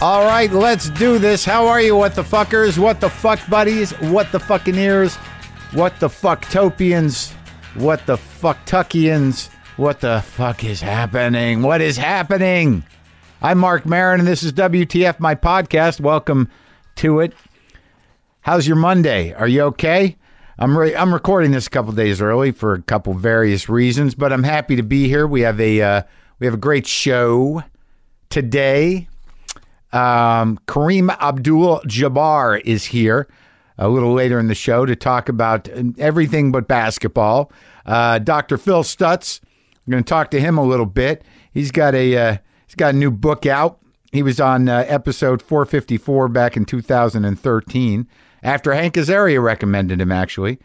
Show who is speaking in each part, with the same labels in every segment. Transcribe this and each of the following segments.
Speaker 1: All right, let's do this. How are you, what the fuckers? What the fuck buddies? What the fucking ears? What the fucktopians? What the fucktuckians? What the fuck is happening? What is happening? I'm Mark Marin, and this is WTF, my podcast. Welcome to it. How's your Monday? Are you okay? I'm re- I'm recording this a couple days early for a couple various reasons, but I'm happy to be here. We have a uh, we have a great show today. Um, Kareem Abdul Jabbar is here a little later in the show to talk about everything but basketball. Uh, Dr. Phil Stutz, I'm going to talk to him a little bit. He's got a uh, he's got a new book out. He was on uh, episode 454 back in 2013 after Hank Azaria recommended him actually.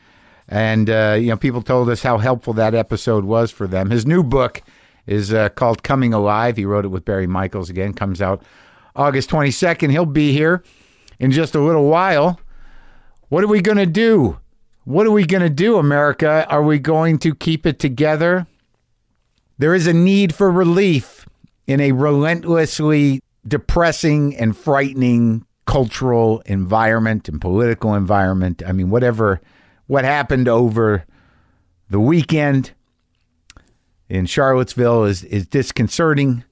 Speaker 1: And uh, you know, people told us how helpful that episode was for them. His new book is uh, called Coming Alive. He wrote it with Barry Michaels again. Comes out August 22nd. He'll be here in just a little while. What are we going to do? What are we going to do, America? Are we going to keep it together? There is a need for relief in a relentlessly depressing and frightening cultural environment and political environment. I mean, whatever what happened over the weekend in Charlottesville is is disconcerting.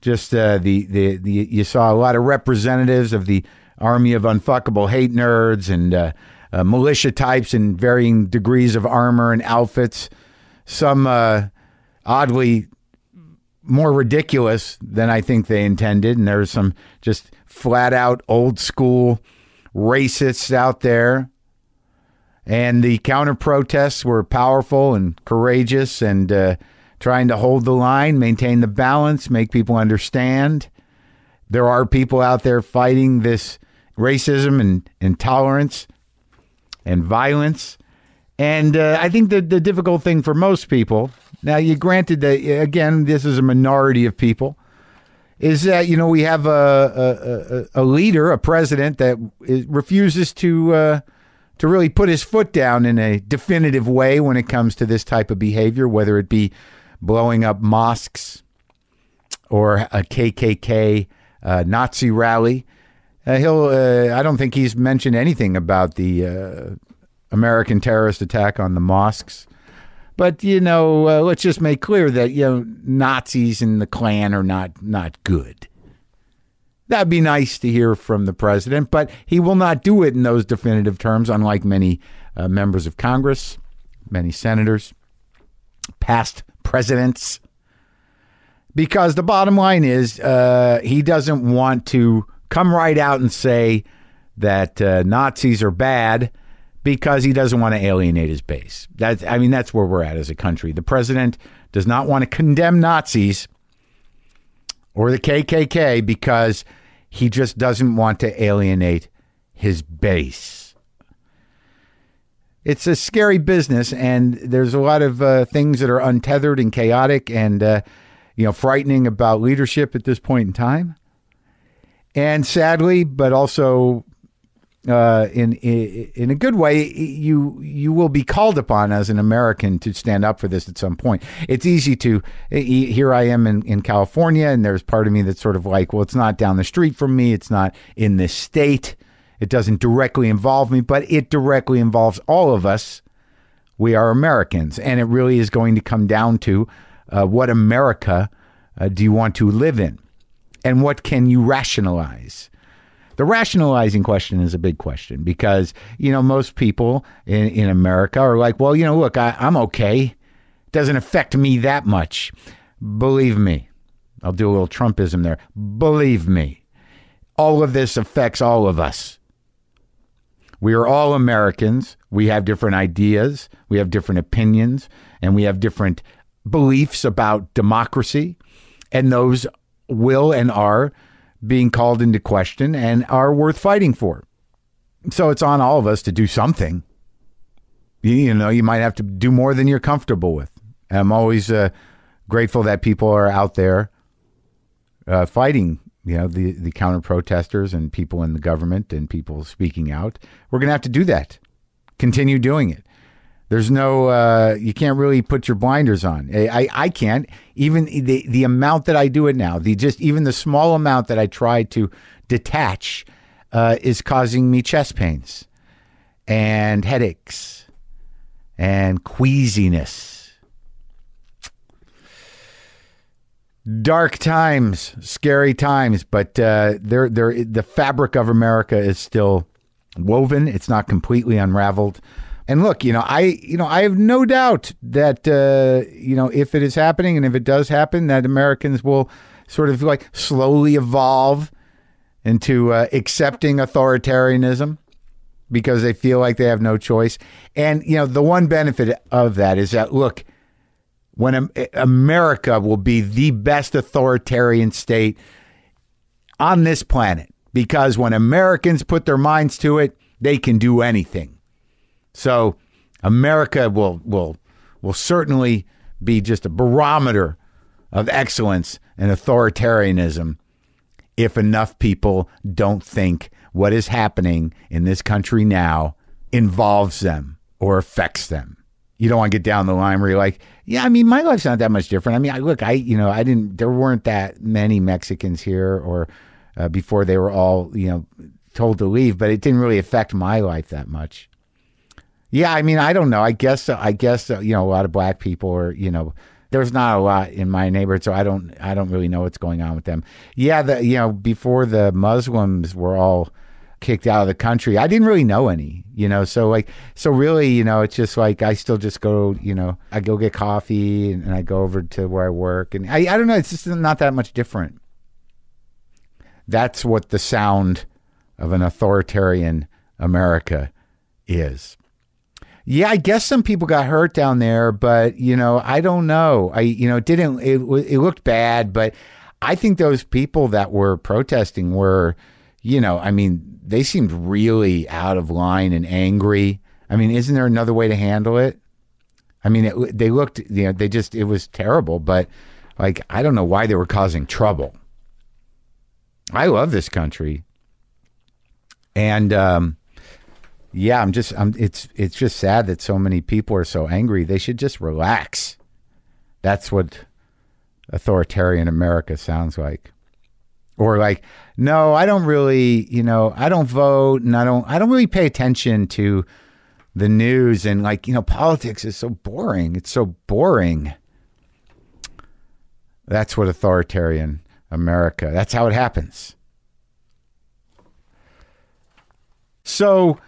Speaker 1: Just uh, the, the the you saw a lot of representatives of the army of unfuckable hate nerds and uh, uh, militia types in varying degrees of armor and outfits. Some uh, oddly more ridiculous than I think they intended. And there's some just flat out old school racists out there. And the counter protests were powerful and courageous and uh, trying to hold the line, maintain the balance, make people understand. There are people out there fighting this racism and intolerance and violence. And uh, I think the, the difficult thing for most people, now you granted that, again, this is a minority of people, is that, you know, we have a, a, a, a leader, a president that is, refuses to, uh, to really put his foot down in a definitive way when it comes to this type of behavior, whether it be blowing up mosques or a KKK uh, Nazi rally. Uh, he'll. Uh, I don't think he's mentioned anything about the uh, American terrorist attack on the mosques. But you know, uh, let's just make clear that you know Nazis and the Klan are not not good. That'd be nice to hear from the president, but he will not do it in those definitive terms, unlike many uh, members of Congress, many senators, past presidents because the bottom line is uh, he doesn't want to come right out and say that uh, Nazis are bad because he doesn't want to alienate his base. That's I mean that's where we're at as a country. The president does not want to condemn Nazis or the KKK because he just doesn't want to alienate his base it's a scary business, and there's a lot of uh, things that are untethered and chaotic, and uh, you know, frightening about leadership at this point in time. And sadly, but also uh, in, in in a good way, you you will be called upon as an American to stand up for this at some point. It's easy to e- here I am in, in California, and there's part of me that's sort of like, well, it's not down the street from me, it's not in this state, it doesn't directly involve me, but it directly involves all of us. We are Americans, and it really is going to come down to uh, what America uh, do you want to live in, and what can you rationalize. The rationalizing question is a big question because you know most people in, in America are like, well, you know, look, I, I'm okay. It doesn't affect me that much. Believe me, I'll do a little Trumpism there. Believe me, all of this affects all of us. We are all Americans. We have different ideas, we have different opinions, and we have different beliefs about democracy. And those will and are being called into question and are worth fighting for. So it's on all of us to do something. You, you know, you might have to do more than you're comfortable with. And I'm always uh, grateful that people are out there uh, fighting, you know, the, the counter protesters and people in the government and people speaking out. We're going to have to do that, continue doing it. There's no, uh, you can't really put your blinders on. I, I, I can't. Even the, the amount that I do it now, the just even the small amount that I try to detach uh, is causing me chest pains and headaches and queasiness. Dark times, scary times, but uh, they're, they're, the fabric of America is still woven. It's not completely unraveled. And look, you know, I you know I have no doubt that uh, you know if it is happening and if it does happen, that Americans will sort of like slowly evolve into uh, accepting authoritarianism because they feel like they have no choice. And you know, the one benefit of that is that look, when Am- eh, America will be the best authoritarian state on this planet because when Americans put their minds to it, they can do anything. So America will will will certainly be just a barometer of excellence and authoritarianism if enough people don't think what is happening in this country now involves them or affects them. You don't want to get down the line where you're like, yeah, I mean, my life's not that much different. I mean, I, look, I, you know, I didn't, there weren't that many Mexicans here or uh, before they were all, you know, told to leave, but it didn't really affect my life that much. Yeah, I mean, I don't know. I guess, I guess, uh, you know, a lot of black people are, you know, there's not a lot in my neighborhood, so I don't I don't really know what's going on with them. Yeah, the you know before the Muslims were all kicked out of the country, I didn't really know any, you know. So like so really, you know, it's just like I still just go, you know, I go get coffee and, and I go over to where I work, and I I don't know, it's just not that much different. That's what the sound of an authoritarian America is. Yeah, I guess some people got hurt down there, but you know, I don't know. I you know, it didn't it it looked bad, but I think those people that were protesting were, you know, I mean, they seemed really out of line and angry. I mean, isn't there another way to handle it? I mean, it, they looked, you know, they just it was terrible, but like I don't know why they were causing trouble. I love this country. And um yeah, I'm just I'm it's it's just sad that so many people are so angry. They should just relax. That's what authoritarian America sounds like. Or like, no, I don't really, you know, I don't vote and I don't I don't really pay attention to the news and like, you know, politics is so boring. It's so boring. That's what authoritarian America. That's how it happens. So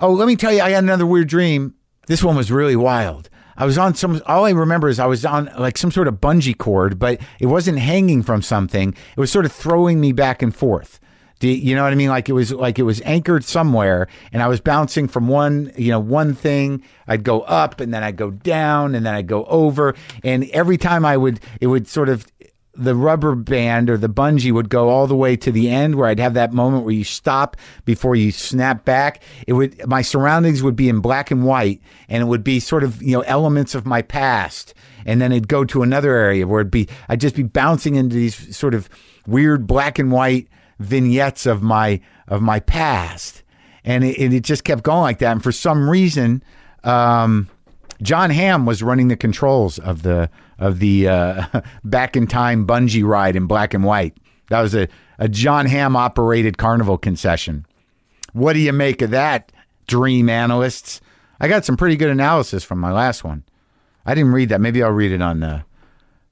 Speaker 1: Oh, let me tell you, I had another weird dream. This one was really wild. I was on some, all I remember is I was on like some sort of bungee cord, but it wasn't hanging from something. It was sort of throwing me back and forth. Do you, you know what I mean? Like it was like it was anchored somewhere and I was bouncing from one, you know, one thing. I'd go up and then I'd go down and then I'd go over. And every time I would, it would sort of, the rubber band or the bungee would go all the way to the end where I'd have that moment where you stop before you snap back. It would, my surroundings would be in black and white and it would be sort of, you know, elements of my past. And then it'd go to another area where it'd be, I'd just be bouncing into these sort of weird black and white vignettes of my, of my past. And it, and it just kept going like that. And for some reason, um, John Hamm was running the controls of the of the uh, back in time bungee ride in black and white. That was a, a John Hamm operated carnival concession. What do you make of that, dream analysts? I got some pretty good analysis from my last one. I didn't read that. Maybe I'll read it on uh,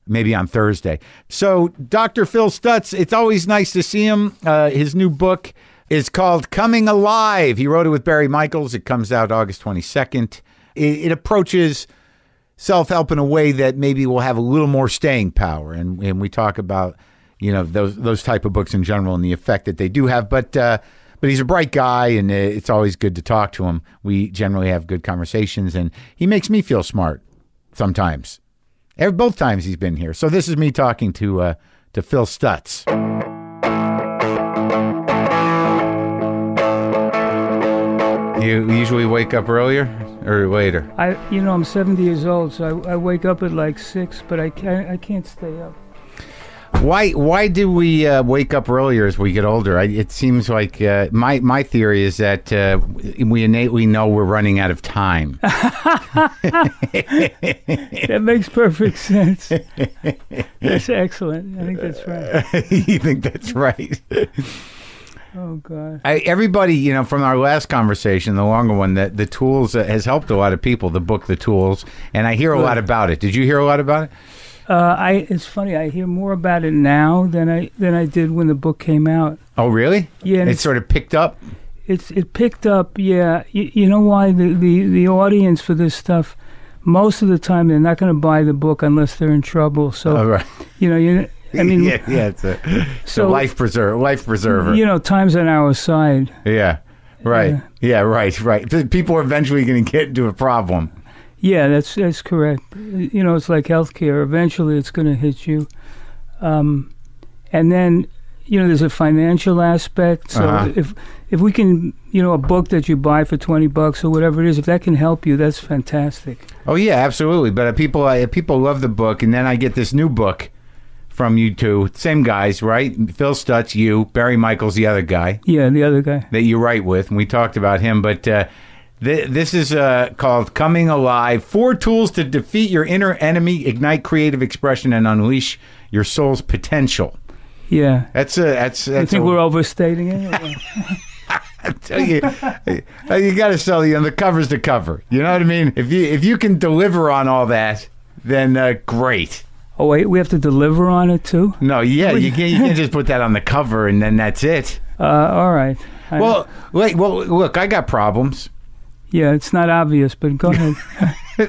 Speaker 1: maybe on Thursday. So, Dr. Phil Stutz, it's always nice to see him. Uh, his new book is called Coming Alive. He wrote it with Barry Michaels. It comes out August 22nd it, approaches self help in a way that maybe will have a little more staying power. And and we talk about you know those those type of books in general and the effect that they do have. But uh, but he's a bright guy, and it's always good to talk to him. We generally have good conversations, and he makes me feel smart sometimes. Every, both times he's been here. So this is me talking to uh, to Phil Stutz. You usually wake up earlier or later?
Speaker 2: I, you know, I'm 70 years old, so I, I wake up at like six, but I can't, I can't stay up.
Speaker 1: Why why do we uh, wake up earlier as we get older? I, it seems like uh, my my theory is that uh, we innately know we're running out of time.
Speaker 2: That makes perfect sense. that's excellent. I think that's right.
Speaker 1: you think that's right?
Speaker 2: Oh God.
Speaker 1: I, everybody, you know, from our last conversation, the longer one, that the tools uh, has helped a lot of people. The book, the tools, and I hear a lot about it. Did you hear a lot about it?
Speaker 2: Uh, I it's funny. I hear more about it now than I than I did when the book came out.
Speaker 1: Oh, really?
Speaker 2: Yeah, and
Speaker 1: It
Speaker 2: it's-
Speaker 1: sort of picked up.
Speaker 2: It's it picked up. Yeah, you, you know why the, the the audience for this stuff. Most of the time, they're not going to buy the book unless they're in trouble. So
Speaker 1: All right.
Speaker 2: you know, you Oh. I mean,
Speaker 1: Uh, yeah, yeah. It's a, it's a
Speaker 2: So-
Speaker 1: life preserver. Life preserver.
Speaker 2: you know, time's on our side.
Speaker 1: Yeah. Right. Yeah. right. Right. The people are eventually going to get into a problem.
Speaker 2: Yeah, that's that's correct. You know, it's like healthcare. Eventually, it's going to hit you, um, and then you know, there's a financial aspect. So
Speaker 1: Uh-huh.
Speaker 2: if if we can, you know, a book that you buy for twenty bucks or whatever it is, if that can help you, that's fantastic.
Speaker 1: Oh yeah, absolutely. But uh, people, uh, people love the book, and then I get this new book from you two, same guys, right? Phil Stutz, you, Barry Michaels, the other guy.
Speaker 2: Yeah, the other guy.
Speaker 1: that you write with, and we talked about him. But uh, th- this is uh, called "Coming Alive: Four Tools to Defeat Your Inner Enemy, Ignite Creative Expression, and Unleash Your Soul's Potential."
Speaker 2: Yeah.
Speaker 1: That's a that's.
Speaker 2: I
Speaker 1: that's
Speaker 2: think
Speaker 1: a-
Speaker 2: we're overstating it. or-
Speaker 1: I tell you, uh, you got to sell the on the covers to cover. You know what I mean? If you if you can deliver on all that, then uh, great.
Speaker 2: oh wait, we have to deliver on it too.
Speaker 1: No, yeah, you can't you can't just put that on the cover and then that's it.
Speaker 2: Uh, all right. I-
Speaker 1: Well, wait, well, look, I got problems.
Speaker 2: yeah, it's not obvious, but go ahead.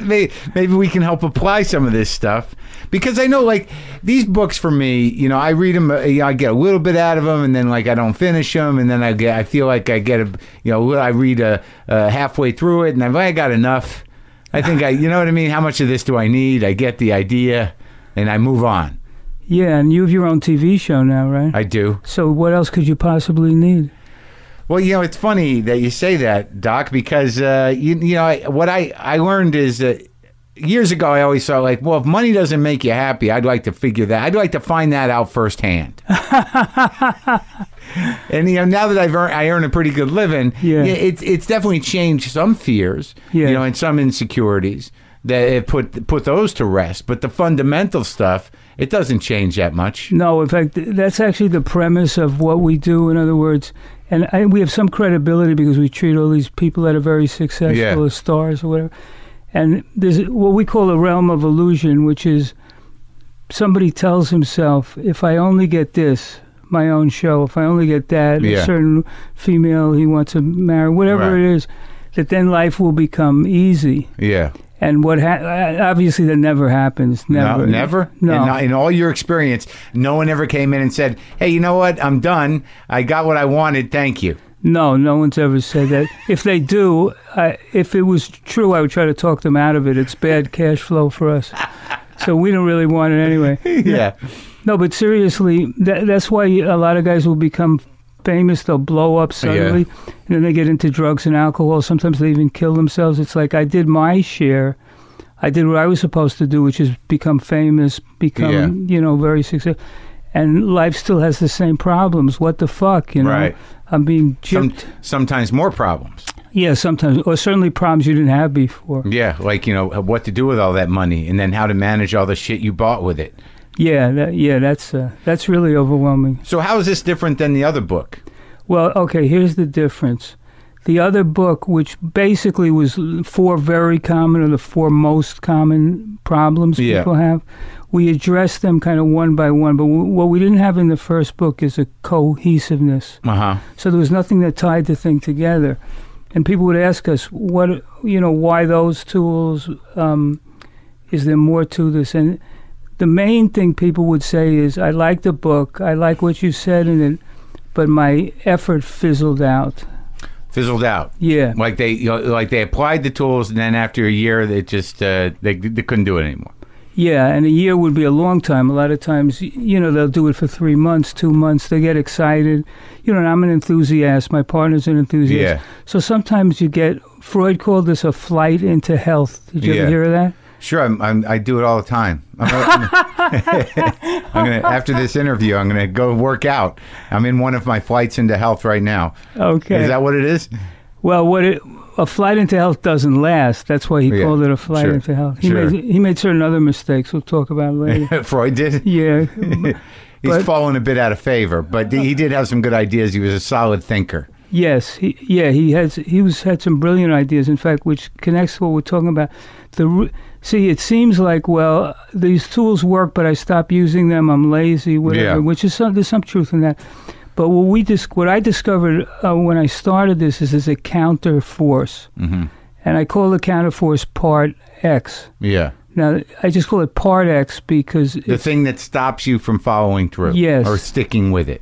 Speaker 1: May- maybe we can help apply some of this stuff because I know like these books for me, you know, I read them, you know, I get a little bit out of them, and then like I don't finish them, and then I get, I feel like I get a, you know, I read a, a halfway through it, and I've I got enough. I think I, you know what I mean. How much of this do I need? I get the idea, and I move on.
Speaker 2: yeah, and you have your own TV show now, right?
Speaker 1: I do.
Speaker 2: so what else could you possibly need?
Speaker 1: Well, you know, it's funny that you say that, Doc, because uh, you, you know I, what I I learned is that years ago I always thought like, well, if money doesn't make you happy, I'd like to figure that. I'd like to find that out firsthand. and you know, now that I've earned, I earn a pretty good living,
Speaker 2: Yeah.
Speaker 1: it's it's definitely changed some fears,
Speaker 2: Yeah.
Speaker 1: you know, and some insecurities that it put put those to rest. But the fundamental stuff, it doesn't change that much.
Speaker 2: No, in fact, th- that's actually the premise of what we do. In other words, and I, we have some credibility because we treat all these people that are very successful
Speaker 1: Yeah.
Speaker 2: as stars or whatever. And there's what we call a realm of illusion, which is somebody tells himself, if I only get this, my own show, if I only get that,
Speaker 1: Yeah.
Speaker 2: a certain female he wants to marry, whatever
Speaker 1: Right.
Speaker 2: it is, that then life will become easy.
Speaker 1: Yeah.
Speaker 2: And what ha- uh, obviously that never happens.
Speaker 1: No,
Speaker 2: Never.
Speaker 1: never.
Speaker 2: No.
Speaker 1: In, in all your experience, no one ever came in and said, "Hey, you know what? I'm done. I got what I wanted. Thank you."
Speaker 2: No, no one's ever said that. If they do, I, if it was true, I would try to talk them out of it. It's bad cash flow for us. So we don't really want it anyway.
Speaker 1: Yeah.
Speaker 2: No, but seriously, that, that's why a lot of guys will become famous. They'll blow up suddenly, and then they get into drugs and alcohol. Sometimes they even kill themselves. It's like I did my share. I did what I was supposed to do, which is become famous, become
Speaker 1: Yeah.
Speaker 2: you know very successful. And life still has the same problems. What the fuck, you know?
Speaker 1: Right.
Speaker 2: I'm being
Speaker 1: Some,
Speaker 2: gypped.
Speaker 1: sometimes more problems.
Speaker 2: Yeah, sometimes, or certainly problems you didn't have before.
Speaker 1: Yeah, like you know uh, what to do with all that money, and then how to manage all the shit you bought with it.
Speaker 2: Yeah, that, yeah, that's uh, that's really overwhelming.
Speaker 1: So how is this different than the other book?
Speaker 2: Well, okay, here's the difference. The other book, which basically was four very common or the four most common problems
Speaker 1: Yeah.
Speaker 2: people have, we addressed them kind of one by one. But w- what we didn't have in the first book is a cohesiveness.
Speaker 1: Uh huh.
Speaker 2: So there was nothing that tied the thing together. And people would ask us, what, you know, why those tools? Um, is there more to this? And the main thing people would say is, I like the book, I like what you said in it, but my effort fizzled out.
Speaker 1: Fizzled out.
Speaker 2: Yeah.
Speaker 1: Like they you know, like they applied the tools, and then after a year, they just uh, they they couldn't do it anymore.
Speaker 2: Yeah, and a year would be a long time. A lot of times, y- you know, they'll do it for three months, two months. They get excited. You know, and I'm an enthusiast. My partner's an enthusiast.
Speaker 1: Yeah.
Speaker 2: So sometimes you get, Freud called this a flight into health. Did you
Speaker 1: Yeah.
Speaker 2: ever hear of that?
Speaker 1: Sure, I'm, I'm, I do it all the time. I'm gonna, I'm gonna- after this interview, I'm gonna go work out. I'm in one of my flights into health right now.
Speaker 2: Okay.
Speaker 1: Is that what it is?
Speaker 2: well, what it, a flight into health doesn't last. That's why he
Speaker 1: Yeah,
Speaker 2: called it a flight
Speaker 1: sure,
Speaker 2: into health. He,
Speaker 1: sure.
Speaker 2: made, he made certain other mistakes we'll talk about later.
Speaker 1: Freud did.
Speaker 2: yeah.
Speaker 1: He's
Speaker 2: But-
Speaker 1: fallen a bit out of favor, but he did have some good ideas. He was a solid thinker.
Speaker 2: Yes, he, yeah, he has. He was had some brilliant ideas. In fact, which connects to what we're talking about. The r- see, it seems like well, these tools work, but I stop using them. I'm lazy, whatever.
Speaker 1: Yeah.
Speaker 2: Which is some, there's some truth in that. But what we dis- what I discovered uh, when I started this is there's a counter force,
Speaker 1: hmm
Speaker 2: and I call the counter force part X.
Speaker 1: Yeah,
Speaker 2: Now I just call it part X because
Speaker 1: the
Speaker 2: it,
Speaker 1: thing that stops you from following through,
Speaker 2: Yes.
Speaker 1: or sticking with it.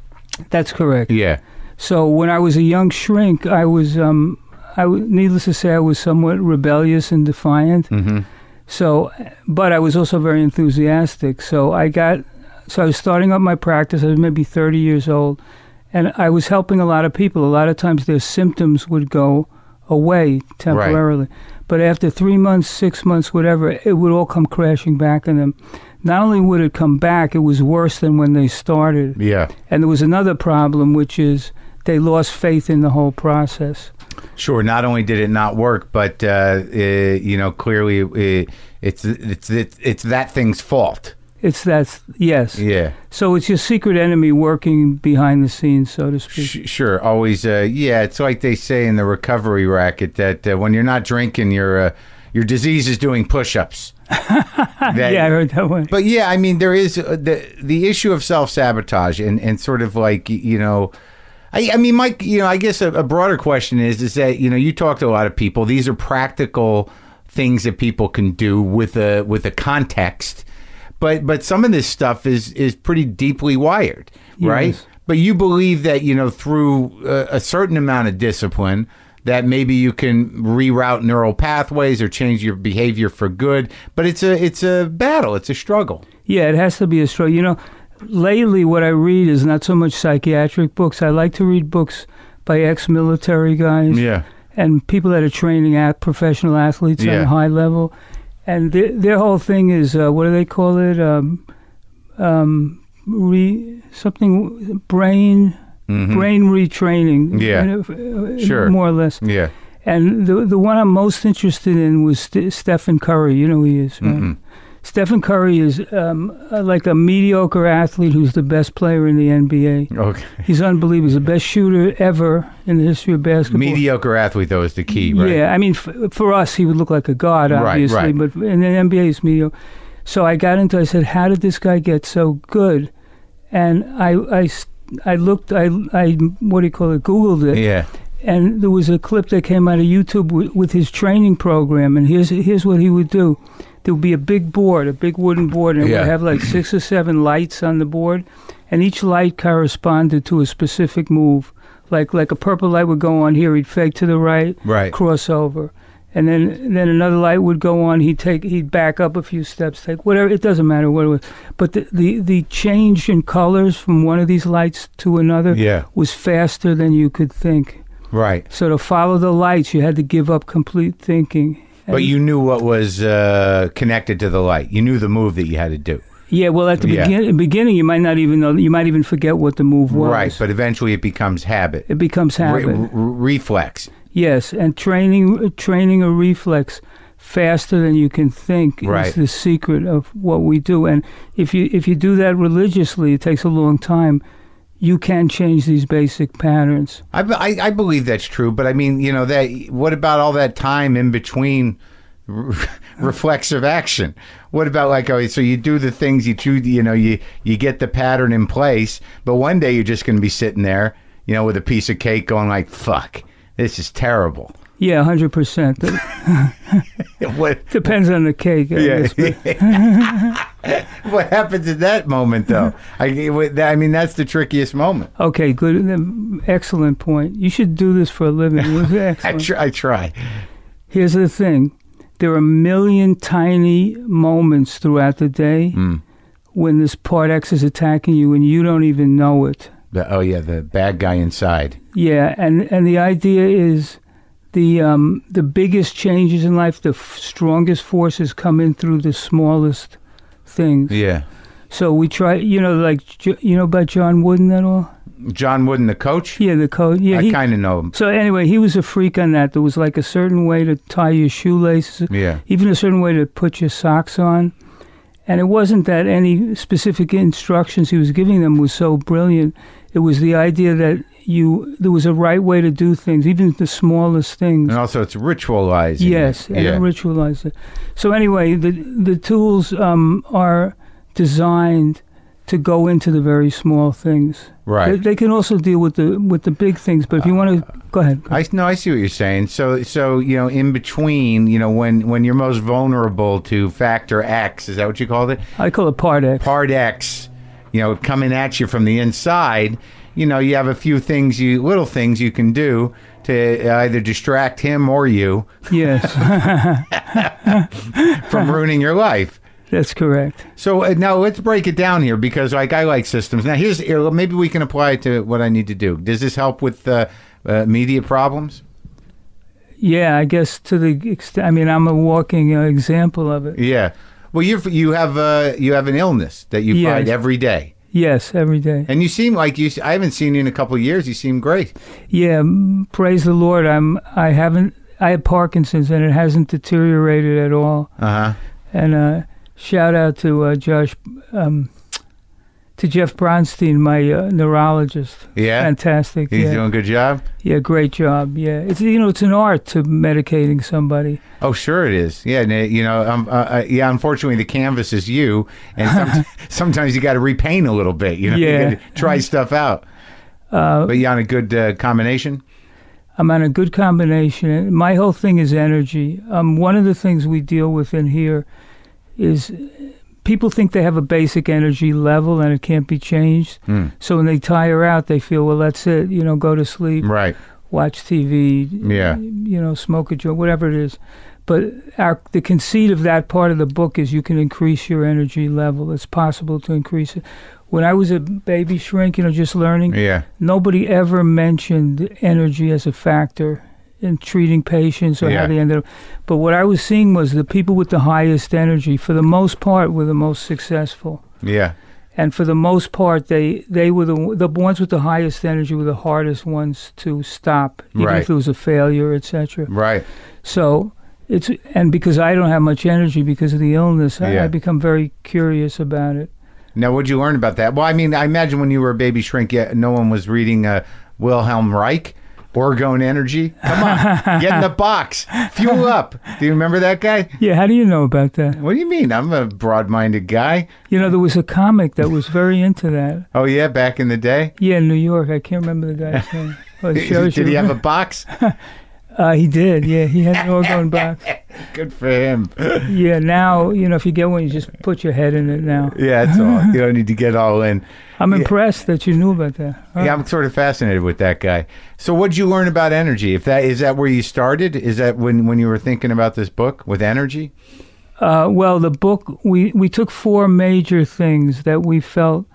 Speaker 2: that's correct.
Speaker 1: Yeah,
Speaker 2: So when I was a young shrink, I was, um, I w- needless to say, I was somewhat rebellious and defiant.
Speaker 1: hmm
Speaker 2: So, but I was also very enthusiastic. So I got, so I was starting up my practice. I was maybe 30 years old, and I was helping a lot of people. A lot of times their symptoms would go away temporarily, but after three months, six months, whatever, it would all come crashing back on them. Not only would it come back, it was worse than when they started.
Speaker 1: yeah,
Speaker 2: And there was another problem, which is they lost faith in the whole process.
Speaker 1: sure. Not only did it not work, but uh, eh, you know, clearly eh, it's, it's it's it's that thing's fault.
Speaker 2: It's that, yes.
Speaker 1: Yeah.
Speaker 2: So it's your secret enemy working behind the scenes, so to speak.
Speaker 1: Sh- sure, always. Uh, yeah, it's like they say in the recovery racket that uh, when you're not drinking, your uh, your disease is doing push-ups. That-
Speaker 2: yeah, I heard that one.
Speaker 1: but yeah, I mean, there is uh, the the issue of self sabotage and and sort of like y- you know. I, I mean, Mike. You know, I guess a, a broader question is is that you know you talk to a lot of people. These are practical things that people can do with a with a context, but but some of this stuff is is pretty deeply wired, right?
Speaker 2: Yes.
Speaker 1: But you believe that you know through a, a certain amount of discipline that maybe you can reroute neural pathways or change your behavior for good. But it's a it's a battle. It's a struggle.
Speaker 2: Yeah, it has to be a struggle. You know, lately what I read is not so much psychiatric books. I like to read books by ex-military guys. and people that are training at professional athletes on
Speaker 1: Yeah.
Speaker 2: a high level, and their their whole thing is uh, what do they call it? Um, um, re something brain
Speaker 1: Mhm.
Speaker 2: brain retraining.
Speaker 1: Yeah.
Speaker 2: you know, uh,
Speaker 1: Sure.
Speaker 2: more or less.
Speaker 1: Yeah.
Speaker 2: And the the one I'm most interested in was St- Stephen Curry. You know who he is, right?
Speaker 1: Mhm.
Speaker 2: Stephen Curry is um, uh, like a mediocre athlete who's the best player in the NBA.
Speaker 1: Okay.
Speaker 2: He's unbelievable. He's the best shooter ever in the history of basketball.
Speaker 1: Mediocre athlete though is the key, right?
Speaker 2: Yeah, I mean, f- for us, he would look like a god,
Speaker 1: Right,
Speaker 2: obviously,
Speaker 1: right.
Speaker 2: but in the NBA, he's mediocre. So I got into. I said, "How did this guy get so good?" And I, I, s- I looked. I, I, what do you call it? Googled it,
Speaker 1: Yeah.
Speaker 2: and there was a clip that came out of YouTube w- with his training program. And here's here's what he would do. There would be a big board, a big wooden board, and it
Speaker 1: Yeah.
Speaker 2: would have like six or seven lights on the board, and each light corresponded to a specific move. Like like a purple light would go on here, he'd fake to the right,
Speaker 1: Right.
Speaker 2: crossover. And then, then another light would go on. He'd take, he'd back up a few steps, take whatever. It doesn't matter what it was, but the the, the change in colors from one of these lights to another
Speaker 1: Yeah.
Speaker 2: was faster than you could think.
Speaker 1: Right.
Speaker 2: So to follow the lights, you had to give up complete thinking. And-
Speaker 1: But you knew what was uh, connected to the light. You knew the move that you had to do.
Speaker 2: yeah, well, at the
Speaker 1: Yeah.
Speaker 2: begin- beginning, you might not even know, you might even forget what the move was.
Speaker 1: Right. But eventually it becomes habit,
Speaker 2: it becomes
Speaker 1: Re-
Speaker 2: habit.
Speaker 1: re- reflex.
Speaker 2: Yes, and training training a reflex faster than you can think
Speaker 1: Right.
Speaker 2: is the secret of what we do. And if you if you do that religiously, it takes a long time. You can change these basic patterns.
Speaker 1: I, be- I, I believe that's true, but I mean, you know, that what about all that time in between re- reflexive action? What about like, oh, so you do the things you choose, you know, you you get the pattern in place, but one day you're just going to be sitting there, you know, with a piece of cake, going like, "Fuck, this is terrible."
Speaker 2: Yeah, hundred percent.
Speaker 1: What
Speaker 2: Depends on the cake. I
Speaker 1: Yeah.
Speaker 2: guess, but-
Speaker 1: what happens at that moment though? I what- I mean, that's the trickiest moment.
Speaker 2: Okay. Good. then, Excellent point. You should do this for a living. It was
Speaker 1: I
Speaker 2: excellent.
Speaker 1: tr- I try.
Speaker 2: Here's the thing there are a million tiny moments throughout the day
Speaker 1: Hmm.
Speaker 2: when this part X is attacking you and you don't even know it.
Speaker 1: The, oh yeah, the bad guy inside.
Speaker 2: Yeah, and, and the idea is the um, the biggest changes in life, the f- strongest forces come in through the smallest things.
Speaker 1: Yeah.
Speaker 2: So we try, you know, like J- you know about John Wooden at all?
Speaker 1: John Wooden, the coach?
Speaker 2: Yeah, the coach. Yeah,
Speaker 1: I
Speaker 2: he,
Speaker 1: kind of know him.
Speaker 2: so anyway, he was a freak on that. There was like a certain way to tie your shoelaces,
Speaker 1: Yeah.
Speaker 2: even a certain way to put your socks on. And it wasn't that any specific instructions he was giving them was so brilliant. It was the idea that you there was a right way to do things, even the smallest things.
Speaker 1: And also, it's ritualizing. it.
Speaker 2: Yes, and
Speaker 1: Oh, Yeah.
Speaker 2: ritualize it. So anyway, the the tools um, are designed to go into the very small things. They,
Speaker 1: right.
Speaker 2: they can also deal with the with the big things, but if you want to go ahead.
Speaker 1: I no, I see what you're saying. So, so you know, in between, you know, when when you're most vulnerable to factor X, is that what you called it?
Speaker 2: I call it part X.
Speaker 1: Part X, you know, coming at you from the inside. You know, you have a few things, you little things you can do to either distract him or you
Speaker 2: Yes,
Speaker 1: from ruining your life.
Speaker 2: that's correct.
Speaker 1: So uh, now let's break it down here because like I like systems. Now here's here, maybe we can apply it to what I need to do. Does this help with uh, uh, media problems?
Speaker 2: Yeah, I guess to the extent. I mean, I'm a walking uh, example of it.
Speaker 1: Yeah. Well, you you have uh, you have an illness that you
Speaker 2: Yes.
Speaker 1: find every day,
Speaker 2: Yes, every day.
Speaker 1: and you seem like you. I haven't seen you in a couple of years. You seem great.
Speaker 2: Yeah, mm, praise the Lord. I'm. I haven't. I have Parkinson's, and it hasn't deteriorated at all.
Speaker 1: Uh huh.
Speaker 2: And uh, shout out to uh, Josh, um, to Jeff Bronstein, my uh, neurologist.
Speaker 1: Yeah.
Speaker 2: Fantastic.
Speaker 1: He's
Speaker 2: yeah.
Speaker 1: doing a good job.
Speaker 2: yeah, great job. Yeah, it's you know it's an art to medicating somebody.
Speaker 1: Oh, sure it is. Yeah, and, uh, you know, um, uh, uh, yeah. Unfortunately, the canvas is you, and some, sometimes you got to repaint a little bit. You know,
Speaker 2: Yeah.
Speaker 1: you gotta try stuff out. but you on a good uh, combination.
Speaker 2: I'm on a good combination. My whole thing is energy. Um, one of the things we deal with in here is people think they have a basic energy level and it can't be changed.
Speaker 1: Mm.
Speaker 2: So when they tire out, they feel well, that's it. You know, go to sleep.
Speaker 1: Right.
Speaker 2: watch TV,
Speaker 1: Mm. Yeah.
Speaker 2: you know, smoke a joint, whatever it is. But our, the conceit of that part of the book is you can increase your energy level. It's possible to increase it. When I was a baby shrink, you know, just learning,
Speaker 1: Yeah.
Speaker 2: nobody ever mentioned energy as a factor in treating patients or
Speaker 1: Yeah.
Speaker 2: how they ended up. But what I was seeing was the people with the highest energy, for the most part, were the most successful.
Speaker 1: Yeah.
Speaker 2: And for the most part, they, they were the the ones with the highest energy were the hardest ones to stop, even
Speaker 1: Right.
Speaker 2: if there was a failure, etc.
Speaker 1: Right.
Speaker 2: So it's and because I don't have much energy because of the illness, I,
Speaker 1: Yeah.
Speaker 2: I become very curious about it.
Speaker 1: Now, what'd you learn about that? Well, I mean, I imagine when you were a baby shrink, yet no one was reading uh, Wilhelm Reich, Orgone Energy. Come on, get in the box, fuel up. Do you remember that guy?
Speaker 2: Yeah, how do you know about that?
Speaker 1: What do you mean? I'm a broad-minded guy.
Speaker 2: You know, there was a comic that was very into that.
Speaker 1: Oh yeah, back in the day,
Speaker 2: Yeah, in New York, I can't remember the guy's name. Well, it shows
Speaker 1: did he
Speaker 2: you.
Speaker 1: have a box?
Speaker 2: Uh, he did. Yeah, he had an organ box.
Speaker 1: Good for him.
Speaker 2: Yeah, now you know if you get one, you just put your head in it. Now
Speaker 1: Yeah, that's all. You don't need to get all in.
Speaker 2: I'm
Speaker 1: Yeah.
Speaker 2: impressed that you knew about that. All
Speaker 1: Yeah, I'm sort of fascinated with that guy. So, what'd you learn about energy? If that is that where you started? Is that when when you were thinking about this book with energy?
Speaker 2: Uh, well, the book we we took four major things that we felt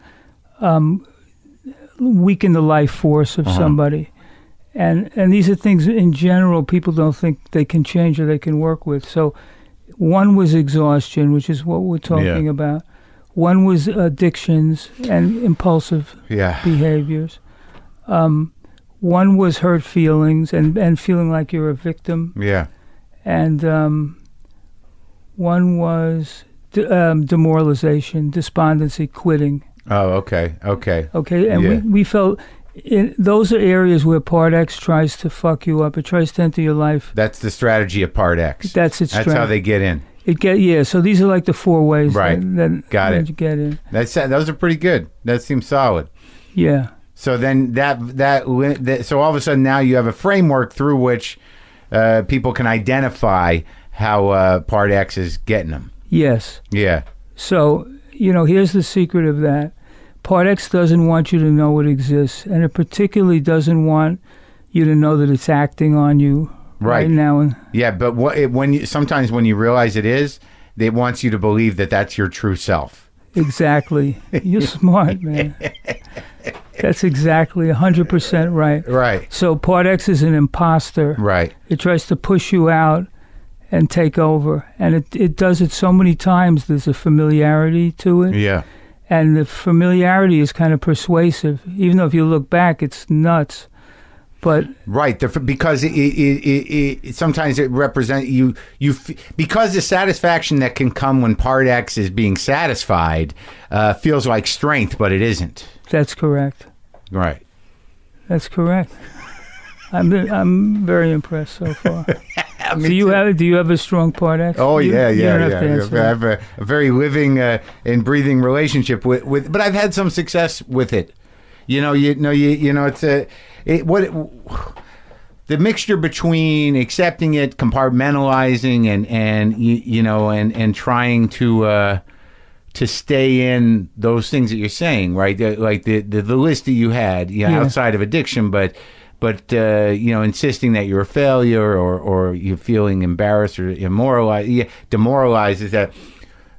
Speaker 2: um, weaken the life force of somebody, and and these are things in general people don't think they can change or they can work with. So, one was exhaustion, which is what we're talking about. One was addictions and impulsive
Speaker 1: Yeah,
Speaker 2: behaviors. Um, one was hurt feelings and, and feeling like you're a victim
Speaker 1: yeah,
Speaker 2: and um, one was de- um, demoralization, despondency, quitting.
Speaker 1: Oh, okay, okay.
Speaker 2: Okay, and
Speaker 1: Yeah.
Speaker 2: we, we felt in, those are areas where Part X tries to fuck you up. It tries to enter your life.
Speaker 1: That's the strategy of Part X.
Speaker 2: That's its
Speaker 1: That's
Speaker 2: strength.
Speaker 1: how they get in.
Speaker 2: it get yeah. So these are like the four ways
Speaker 1: Right.
Speaker 2: that, that
Speaker 1: Got
Speaker 2: that
Speaker 1: it.
Speaker 2: you get in.
Speaker 1: That's those are pretty good. That seems solid.
Speaker 2: Yeah,
Speaker 1: So then that that, li- that so all of a sudden now you have a framework through which uh, people can identify how uh, Part X is getting them.
Speaker 2: yes.
Speaker 1: Yeah,
Speaker 2: So you know, here's the secret of that. Part X doesn't want you to know it exists, and it particularly doesn't want you to know that it's acting on you
Speaker 1: Right.
Speaker 2: now. And
Speaker 1: yeah. But what it, when you sometimes when you realize it is, it wants you to believe that that's your true self.
Speaker 2: Exactly. You're smart, man. That's exactly 100% right.
Speaker 1: Right.
Speaker 2: So part X is an imposter.
Speaker 1: Right.
Speaker 2: It tries to push you out and take over. And it, it does it so many times. There's a familiarity to it.
Speaker 1: Yeah.
Speaker 2: And the familiarity is kind of persuasive. Even though if you look back, it's nuts. But
Speaker 1: Right, the, because it, it, it, it sometimes it represents you you f- because the satisfaction that can come when part X is being satisfied uh, feels like strength, but it isn't.
Speaker 2: that's correct.
Speaker 1: Right.
Speaker 2: That's correct. I'm I'm very impressed so far. do you have Do you have a strong part X?
Speaker 1: Oh
Speaker 2: You-
Speaker 1: yeah,
Speaker 2: you
Speaker 1: yeah,
Speaker 2: don't have
Speaker 1: yeah.
Speaker 2: to answer
Speaker 1: I
Speaker 2: that.
Speaker 1: have a, a very living uh, and breathing relationship with, with, but I've had some success with it. You know, you know, you you know, it's a it, what the mixture between accepting it, compartmentalizing, and and you, you know, and and trying to. Uh, to stay in those things that you're saying, right? The- Like the the, the list that you had, you know,
Speaker 2: Yeah.
Speaker 1: outside of addiction, but but uh, you know, insisting that you're a failure or or you're feeling embarrassed or immoralized, yeah, demoralized is that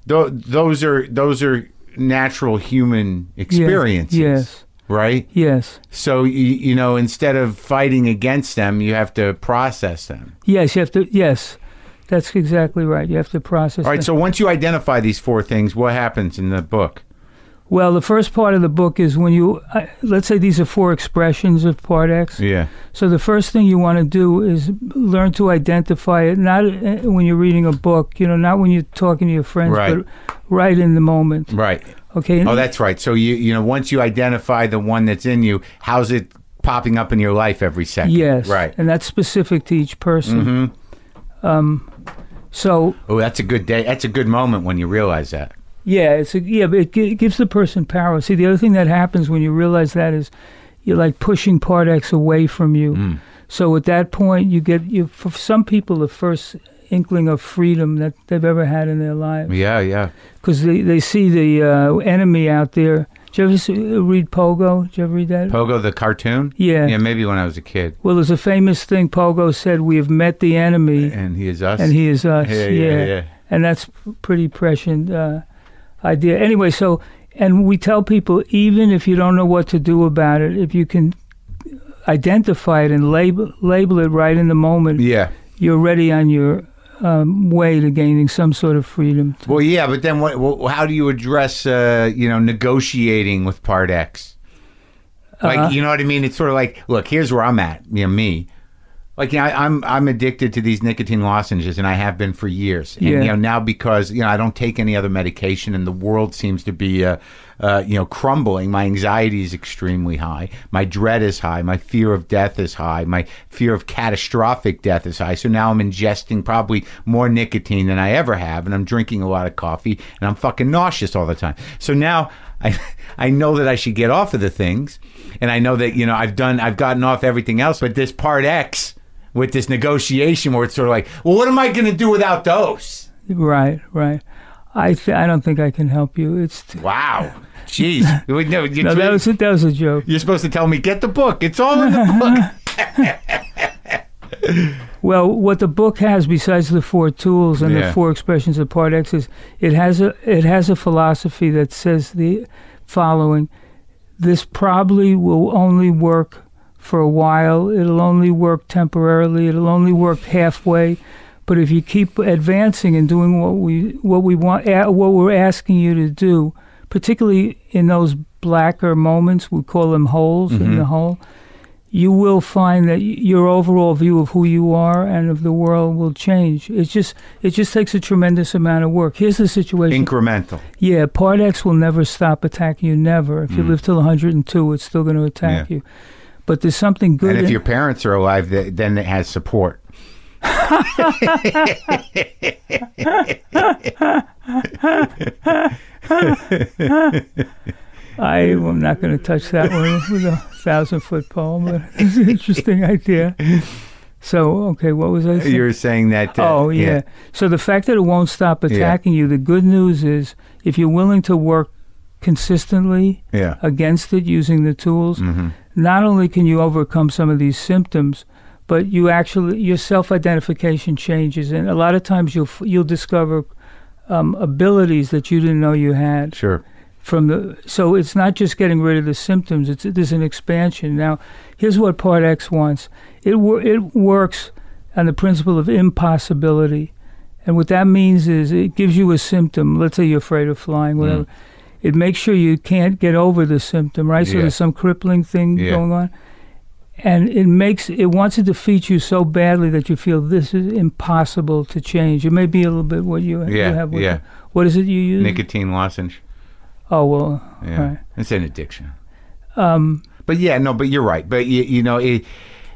Speaker 1: tho- those are those are natural human experiences,
Speaker 2: yes.
Speaker 1: right?
Speaker 2: Yes.
Speaker 1: So you, you know, instead of fighting against them, you have to process them.
Speaker 2: Yes. You have to. Yes. That's exactly right. You have to process.
Speaker 1: All right.
Speaker 2: that.
Speaker 1: So once you identify these four things, what happens in the book?
Speaker 2: well, the first part of the book is when you I, let's say these are four expressions of part X.
Speaker 1: Yeah.
Speaker 2: So the first thing you want to do is learn to identify it. Not uh, when you're reading a book, you know, not when you're talking to your friends,
Speaker 1: Right.
Speaker 2: but right in the moment.
Speaker 1: Right.
Speaker 2: Okay.
Speaker 1: Oh, that's right. So you you know once you identify the one that's in you, how's it popping up in your life every second? Right.
Speaker 2: Yes.
Speaker 1: Mm-hmm.
Speaker 2: And that's specific to each person. Um, so
Speaker 1: Oh, that's a good day. That's a good moment when you realize that.
Speaker 2: yeah, it's a, yeah, but it, gi- it gives the person power. See, the other thing that happens when you realize that is you're like pushing part X away from you. So at that point, you get you for some people the first inkling of freedom that they've ever had in their lives
Speaker 1: Yeah, yeah.
Speaker 2: because they, they see the uh, enemy out there. Did you ever see, uh, read Pogo? Did you ever read that?
Speaker 1: Pogo the cartoon.
Speaker 2: Yeah.
Speaker 1: Yeah, maybe when I was a kid,
Speaker 2: Well, there's a famous thing Pogo said: "We have met the enemy."
Speaker 1: and he is us.
Speaker 2: and he is us.
Speaker 1: Yeah,
Speaker 2: Yeah,
Speaker 1: yeah, yeah.
Speaker 2: and that's p- pretty prescient uh, idea. Anyway, so and we tell people even if you don't know what to do about it, if you can identify it and label label it right in the moment,
Speaker 1: yeah.
Speaker 2: you're ready on your um, way to gaining some sort of freedom.
Speaker 1: Well, yeah, but then what? wh- how do you address uh, you know negotiating with part X? Like
Speaker 2: Uh-huh.
Speaker 1: you know what I mean? It's sort of like, look, here's where I'm at. You know, me. Like you know, I, I'm I'm addicted to these nicotine lozenges, and I have been for years. And
Speaker 2: Yeah.
Speaker 1: you know now because you know I don't take any other medication, and the world seems to be uh, uh, you know crumbling. My anxiety is extremely high. My dread is high. My fear of death is high. My fear of catastrophic death is high. So now I'm ingesting probably more nicotine than I ever have, and I'm drinking a lot of coffee, and I'm fucking nauseous all the time. So now I I know that I should get off of the things, and I know that you know I've done I've gotten off everything else, but this part X with this negotiation where it's sort of like, well, what am I going to do without those?
Speaker 2: Right, right. I th- I don't think I can help you. It's t-
Speaker 1: Wow. Jeez. We- no, you-
Speaker 2: no, that was a, that was a joke.
Speaker 1: You're supposed to tell me, get the book. It's all in the book.
Speaker 2: Well, what the book has, besides the four tools and
Speaker 1: Yeah.
Speaker 2: the four expressions of part X, is it has a it has a philosophy that says the following: this probably will only work for a while. It'll only work temporarily. It'll only work halfway. But if you keep advancing and doing what we what we want a- what we're asking you to do, particularly in those blacker moments, we call them holes in the hole you will find that y- your overall view of who you are and of the world will change. It's just it just takes a tremendous amount of work. Here's the situation.
Speaker 1: Incremental.
Speaker 2: yeah, part X will never stop attacking you. Never. If you live till 102, it's still going to
Speaker 1: Mm.
Speaker 2: attack
Speaker 1: Yeah.
Speaker 2: you. But there's something good.
Speaker 1: And if
Speaker 2: in-
Speaker 1: your parents are alive, th- then it has support.
Speaker 2: I am not going to touch that one with a thousand foot pole, but it's an interesting idea. So okay, what was I? saying?
Speaker 1: You're saying that. uh,
Speaker 2: Oh yeah. So the fact that it won't stop attacking you, the good news is if you're willing to work consistently
Speaker 1: Yeah.
Speaker 2: against it using the tools, not only can you overcome some of these symptoms, but you actually your self-identification changes, and a lot of times you'll f- you'll discover um, abilities that you didn't know you had
Speaker 1: Sure.
Speaker 2: from the so it's not just getting rid of the symptoms it's there's an expansion now here's what part x wants it wor- it works on the principle of impossibility and what that means is it gives you a symptom let's say you're afraid of
Speaker 1: Mm.
Speaker 2: flying whatever it makes sure you can't get over the symptom right so
Speaker 1: Yeah.
Speaker 2: there's some crippling thing
Speaker 1: Yeah.
Speaker 2: going on and it makes it wants to defeat you so badly that you feel this is impossible to change it may be a little bit what you, you
Speaker 1: Yeah,
Speaker 2: have with
Speaker 1: yeah.
Speaker 2: what is it you use
Speaker 1: Nicotine lozenge.
Speaker 2: oh well
Speaker 1: Yeah,
Speaker 2: Mm. Right. Um,
Speaker 1: it's an addiction. but yeah, no, but you're right. But you, you know, it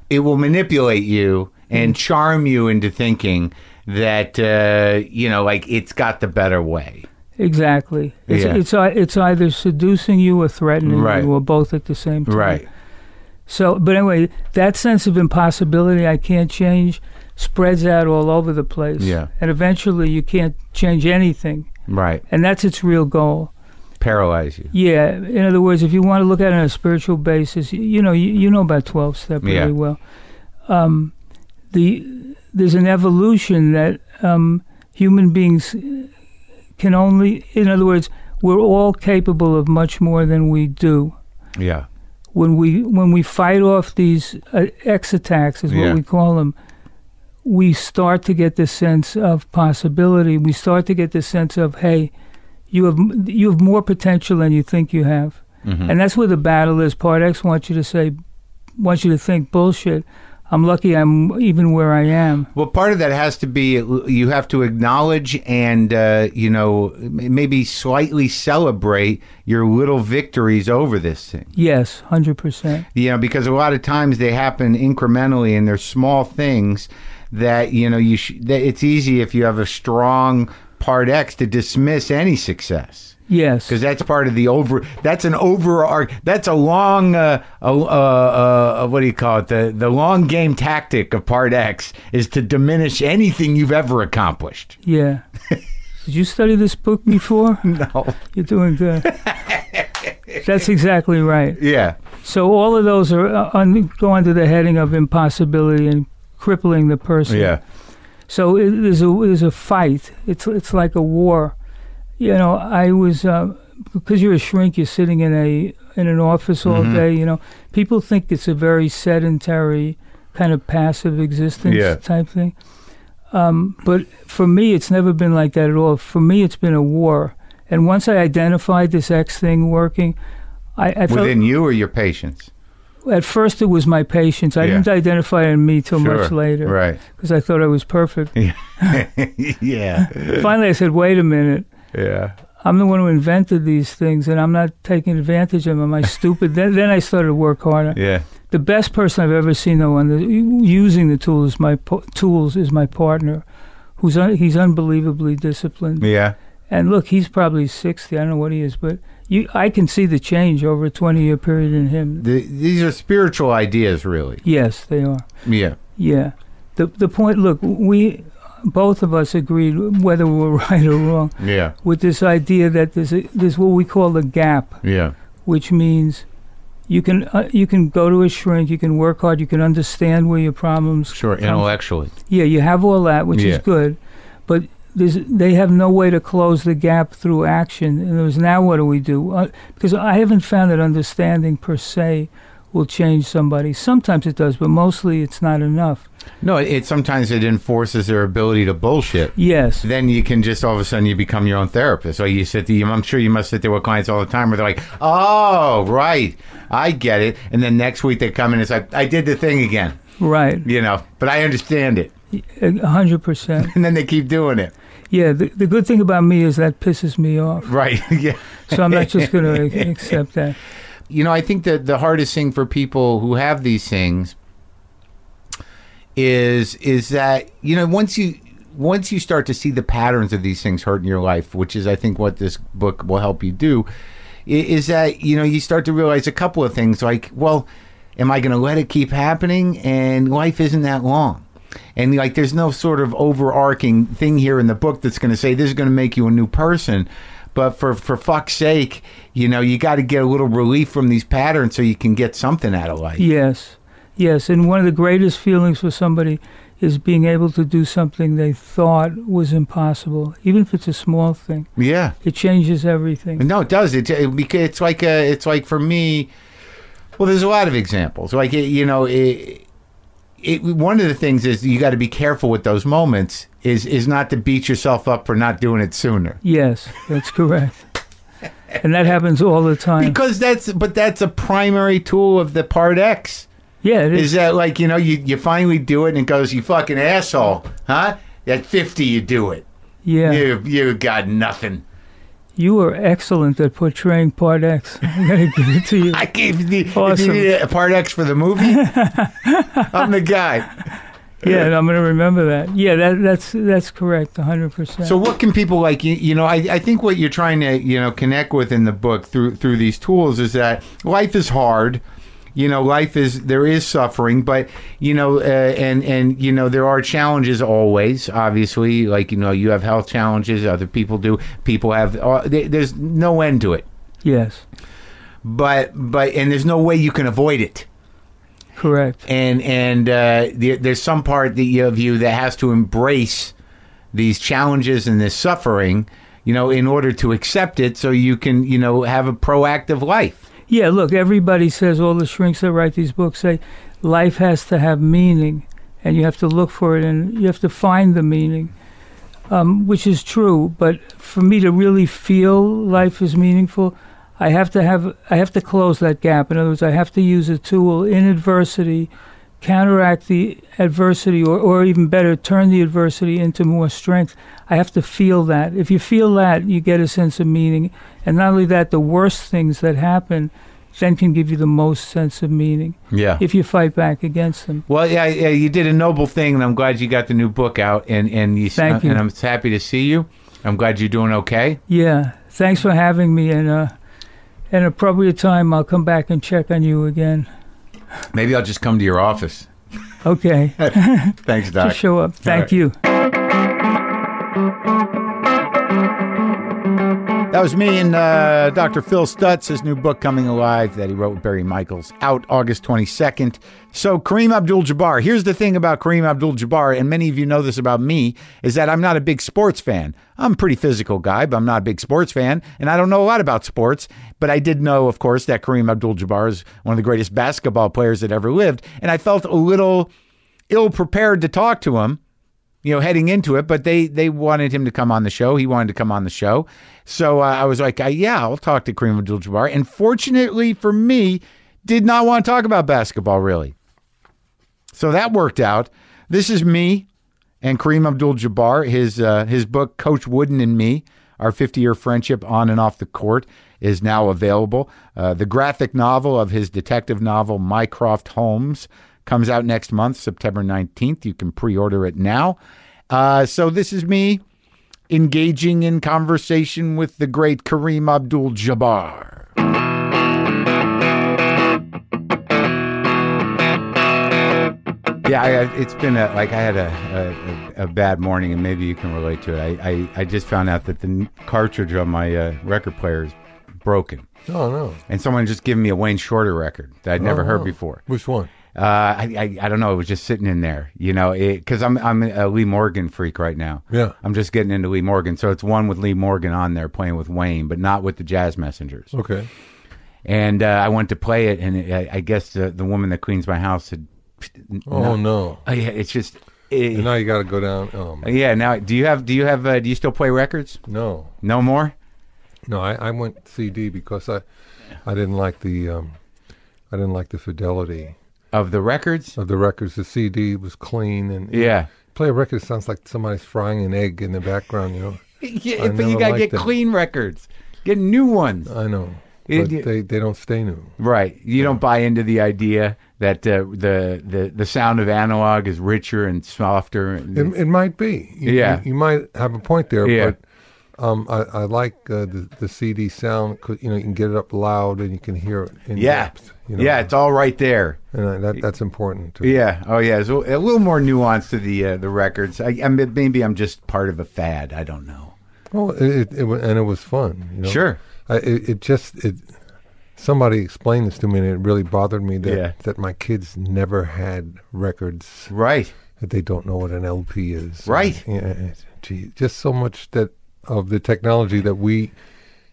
Speaker 1: it will manipulate you
Speaker 2: Mm.
Speaker 1: and charm you into thinking that uh, you know, like it's got the better way.
Speaker 2: Exactly. It's,
Speaker 1: Yeah.
Speaker 2: it's ei- it's either seducing you or threatening
Speaker 1: Right.
Speaker 2: you, or both at the same time. So, but anyway, that sense of impossibility, I can't change, spreads out all over the place.
Speaker 1: Yeah.
Speaker 2: And eventually, you can't change anything,
Speaker 1: right.
Speaker 2: and that's its real goal.
Speaker 1: Paralyze you.
Speaker 2: Yeah. In other words, if you want to look at it on a spiritual basis, you, you know, you, you know about twelve step really
Speaker 1: Yeah.
Speaker 2: well. Um, the there's an evolution that um, human beings can only. In other words, we're all capable of much more than we do.
Speaker 1: Yeah,
Speaker 2: When we when we fight off these uh, X attacks, is what
Speaker 1: Yeah.
Speaker 2: we call them. We start to get this sense of possibility. We start to get this sense of hey, you have you have more potential than you think you have.
Speaker 1: Mhm.
Speaker 2: And that's where the battle is. Part X wants you to say, wants you to think bullshit. I'm lucky I'm even where I am.
Speaker 1: Well, part of that has to be you have to acknowledge and uh, you know m- maybe slightly celebrate your little victories over this thing.
Speaker 2: Yes, 100%.
Speaker 1: you know because a lot of times they happen incrementally and they're small things that you know you sh- that it's easy if you have a strong part x to dismiss any success
Speaker 2: Yes.
Speaker 1: because that's part of the over that's an over arc that's a long uh, a, uh, uh, what do you call it the the long game tactic of part x is to diminish anything you've ever accomplished
Speaker 2: Yeah. Did you study this book before?
Speaker 1: no
Speaker 2: You're doing good. That's exactly right.
Speaker 1: yeah
Speaker 2: So all of those are uh, un- go under the heading of impossibility and crippling the person. So it, there's a there's a fight. It's it's like a war. You know, I was uh, because you're a shrink. You're sitting in a in an office all
Speaker 1: Mhm.
Speaker 2: day. You know, people think it's a very sedentary kind of passive existence
Speaker 1: Yeah.
Speaker 2: type thing. Um, but for me, it's never been like that at all. For me, it's been a war. And once I identified this X thing working, I, I felt
Speaker 1: within you or your patients
Speaker 2: at first it was my patience. I
Speaker 1: Yeah.
Speaker 2: didn't identify it in me till much
Speaker 1: Sure.
Speaker 2: later
Speaker 1: right
Speaker 2: because I thought I was perfect.
Speaker 1: yeah
Speaker 2: Finally, I said, "Wait a minute."
Speaker 1: yeah
Speaker 2: I'm the one who invented these things, and I'm not taking advantage of them. Am I stupid? then, then I started to work harder.
Speaker 1: yeah
Speaker 2: The best person I've ever seen, though, on the, using the tools, is my po- tools is my partner, who's un, he's unbelievably disciplined.
Speaker 1: yeah
Speaker 2: And look, he's probably sixty. I don't know what he is, but you, I can see the change over a twenty-year period in him.
Speaker 1: The, these are spiritual ideas, really.
Speaker 2: Yes, they are.
Speaker 1: Yeah.
Speaker 2: Yeah. The the point. Look, we both of us agreed, whether we were right or wrong,
Speaker 1: Yeah.
Speaker 2: with this idea that there's a, there's what we call the gap.
Speaker 1: Yeah.
Speaker 2: which means you can uh, you can go to a shrink, you can work hard, you can understand where your problems.
Speaker 1: Sure. Intellectually.
Speaker 2: Yeah, you have all that, which
Speaker 1: Yeah.
Speaker 2: is good, but there's, they have no way to close the gap through action. And it was now what do we do? Uh, because I haven't found that understanding per se will change somebody. Sometimes it does, but mostly it's not enough.
Speaker 1: No, it, it sometimes it enforces their ability to bullshit.
Speaker 2: Yes.
Speaker 1: Then you can just all of a sudden you become your own therapist. So you sit, there, I'm sure you must sit there with clients all the time where they're like, "Oh, right, I get it." And then next week they come in, it's like, "I did the thing again,"
Speaker 2: Right.
Speaker 1: you know, but I understand it.
Speaker 2: A hundred percent.
Speaker 1: And then they keep doing it.
Speaker 2: Yeah. The, the good thing about me is that pisses me off,
Speaker 1: Right. yeah.
Speaker 2: so I'm not just going to accept that.
Speaker 1: you know, I think that the hardest thing for people who have these things is is that you know once you once you start to see the patterns of these things hurt in your life, which is I think what this book will help you do, i- is that you know you start to realize a couple of things like well, am I going to let it keep happening? And life isn't that long. And like, there's no sort of overarching thing here in the book that's going to say this is going to make you a new person. But for for fuck's sake, you know, you got to get a little relief from these patterns so you can get something out of life.
Speaker 2: Yes, yes. And one of the greatest feelings for somebody is being able to do something they thought was impossible, even if it's a small thing.
Speaker 1: Yeah.
Speaker 2: It changes everything.
Speaker 1: No, it does. It, it beca- it's like uh it's like for me. Well, there's a lot of examples. Like it, you know, it, it one of the things is you got to be careful with those moments. Is is not to beat yourself up for not doing it sooner.
Speaker 2: Yes, that's correct. and that happens all the time.
Speaker 1: Because that's but that's a primary tool of the part X.
Speaker 2: yeah, it is.
Speaker 1: Is that like you know you you finally do it and it goes you fucking asshole, huh? At 50 you do it.
Speaker 2: yeah.
Speaker 1: You you got nothing.
Speaker 2: You are excellent at portraying part X. I'm going to give it to you.
Speaker 1: I gave the if
Speaker 2: Awesome.
Speaker 1: you need a part X for the movie. I'm the guy.
Speaker 2: Yeah, and I'm going to remember that. Yeah, that, that's that's correct, 100%.
Speaker 1: So what can people like you, you know I, I think what you're trying to you know connect with in the book through through these tools is that life is hard you know life is there is suffering but you know uh, and and you know there are challenges always obviously like you know you have health challenges other people do people have uh, there- there's no end to it
Speaker 2: yes,
Speaker 1: but but and there's no way you can avoid it
Speaker 2: correct.
Speaker 1: and and uh, the, there's some part that you, of you that has to embrace these challenges and this suffering, you know, in order to accept it, so you can you know have a proactive life.
Speaker 2: Yeah, look, everybody says, all the shrinks that write these books say, life has to have meaning, and you have to look for it, and you have to find the meaning, um, which is true. But for me to really feel life is meaningful, I have to have I have to close that gap. In other words, I have to use a tool in adversity, counteract the adversity, or, or even better, turn the adversity into more strength. I have to feel that. If you feel that, you get a sense of meaning. And not only that, the worst things that happen then can give you the most sense of meaning
Speaker 1: Yeah.
Speaker 2: if you fight back against them.
Speaker 1: Well, yeah, yeah, you did a noble thing, and I'm glad you got the new book out, and and you,
Speaker 2: Thank you.
Speaker 1: and I'm happy to see you. I'm glad you're doing okay.
Speaker 2: Yeah. Thanks for having me. And uh, at an appropriate time, I'll come back and check on you again.
Speaker 1: Maybe I'll just come to your office.
Speaker 2: Okay.
Speaker 1: Thanks, Doc.
Speaker 2: Just show up.
Speaker 1: right.
Speaker 2: Thank you.
Speaker 1: That was me and uh, Dr. Phil Stutz, his new book, Coming Alive, that he wrote with Barry Michaels, out August 22nd. So, Kareem Abdul Jabbar, here's the thing about Kareem Abdul Jabbar, and many of you know this about me, is that I'm not a big sports fan. I'm a pretty physical guy, but I'm not a big sports fan, and I don't know a lot about sports. But I did know, of course, that Kareem Abdul Jabbar is one of the greatest basketball players that ever lived, and I felt a little ill prepared to talk to him you know, heading into it, but they they wanted him to come on the show. He wanted to come on the show, so uh, I was like, uh, yeah, I'll talk to Kareem Abdul-Jabbar. And fortunately for me, did not want to talk about basketball really. So that worked out. This is me and Kareem Abdul-Jabbar. His uh, his book, Coach Wooden and Me, our 50-year friendship on and off the court, is now available. Uh, the graphic novel of his detective novel, Mycroft Holmes, comes out next month, September 19th. You can pre-order it now. Uh, so this is me engaging in conversation with the great Kareem Abdul-Jabbar. Yeah, I, I- it's been a like I had a, a a bad morning, and maybe you can relate to it. I I, I just found out that the n- cartridge on my uh, record player is broken,
Speaker 3: Oh no,
Speaker 1: and someone just given me a Wayne Shorter record that I'd never
Speaker 3: Oh,
Speaker 1: heard
Speaker 3: wow.
Speaker 1: before.
Speaker 3: Which one?
Speaker 1: Uh, I, I I don't know. It was just sitting in there, you know, because I'm I'm a Lee Morgan freak right now.
Speaker 3: Yeah.
Speaker 1: I'm just getting into Lee Morgan, so it's one with Lee Morgan on there playing with Wayne, but not with the Jazz Messengers.
Speaker 3: Okay.
Speaker 1: And uh, I went to play it, and it, I, I guess the the woman that cleans my house had.
Speaker 3: Oh no.
Speaker 1: Oh, yeah, it's just. it-
Speaker 3: And now you got to go down. Oh man.
Speaker 1: Yeah. Now, do you have? Do you have? Uh, do you still play records?
Speaker 3: no,
Speaker 1: No more.
Speaker 3: no. I, I went CD because I, I didn't like the, um, I didn't like the fidelity
Speaker 1: Of the records.
Speaker 3: of the records. The CD was clean and
Speaker 1: Yeah.
Speaker 3: Play a record sounds like somebody's frying an egg in the background. You know.
Speaker 1: yeah
Speaker 3: I
Speaker 1: but you
Speaker 3: never
Speaker 1: gotta
Speaker 3: liked
Speaker 1: get
Speaker 3: them.
Speaker 1: clean records. Get new ones.
Speaker 3: I know.
Speaker 1: It-
Speaker 3: But they they don't stay new.
Speaker 1: right. You don't buy into the idea that uh, the the the sound of analog is richer and softer. And,
Speaker 3: It, it might be. You,
Speaker 1: Mm. Yeah.
Speaker 3: You, you might have a point there,
Speaker 1: Yeah.
Speaker 3: but um, I, I like uh, the, the CD sound. 'cause, you know, you can get it up loud and you can hear it in
Speaker 1: yeah.
Speaker 3: depth. You know?
Speaker 1: Yeah. It's all right there.
Speaker 3: And I, that, that's important. To
Speaker 1: Yeah. Oh yeah. It's a a little more nuance to the uh, the records. I, I mean, maybe I'm just part of a fad. I don't know.
Speaker 3: Well, it, it, it wa- and it was fun. You know?
Speaker 1: Sure.
Speaker 3: I, it, it just it. Somebody explained this to me, and it really bothered me that
Speaker 1: Yeah.
Speaker 3: that my kids never had records
Speaker 1: Right.
Speaker 3: that they don't know what an LP is.
Speaker 1: Right.
Speaker 3: And, yeah, it- gee, just so much that of the technology that we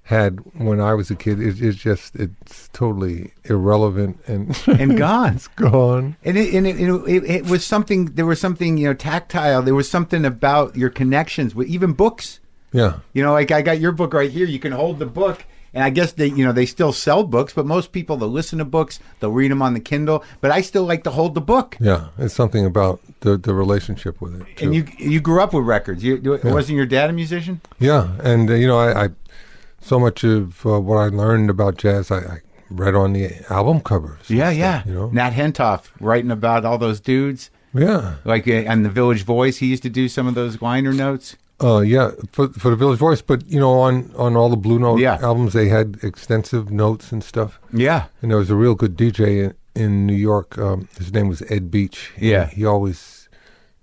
Speaker 3: had when I was a kid is is just it's totally irrelevant and
Speaker 1: and gone.
Speaker 3: it's gone.
Speaker 1: And it, and it, you know, it, it was something. There was something you know tactile. There was something about your connections with even books.
Speaker 3: Yeah.
Speaker 1: You know, like I got your book right here. You can hold the book, and I guess they, you know, they still sell books, but most people they'll listen to books, they'll read them on the Kindle. But I still like to hold the book.
Speaker 3: Yeah. It's something about the the relationship with it. Too.
Speaker 1: And you you grew up with records. You, you wasn't your dad a musician?
Speaker 3: Yeah, and uh, you know, I, I so much of uh, what I learned about jazz, I, I read on the album covers. and
Speaker 1: Yeah,
Speaker 3: stuff,
Speaker 1: yeah.
Speaker 3: You know,
Speaker 1: Nat Hentoff writing about all those dudes,
Speaker 3: yeah,
Speaker 1: like uh, on the Village Voice. He used to do some of those liner notes.
Speaker 3: uh, yeah, for for the Village Voice, but you know, on on all the Blue Note
Speaker 1: Yeah.
Speaker 3: albums, they had extensive notes and stuff.
Speaker 1: Yeah,
Speaker 3: And there was a real good DJ in, in New York. Um, his name was Ed Beach. He-
Speaker 1: Yeah.
Speaker 3: he always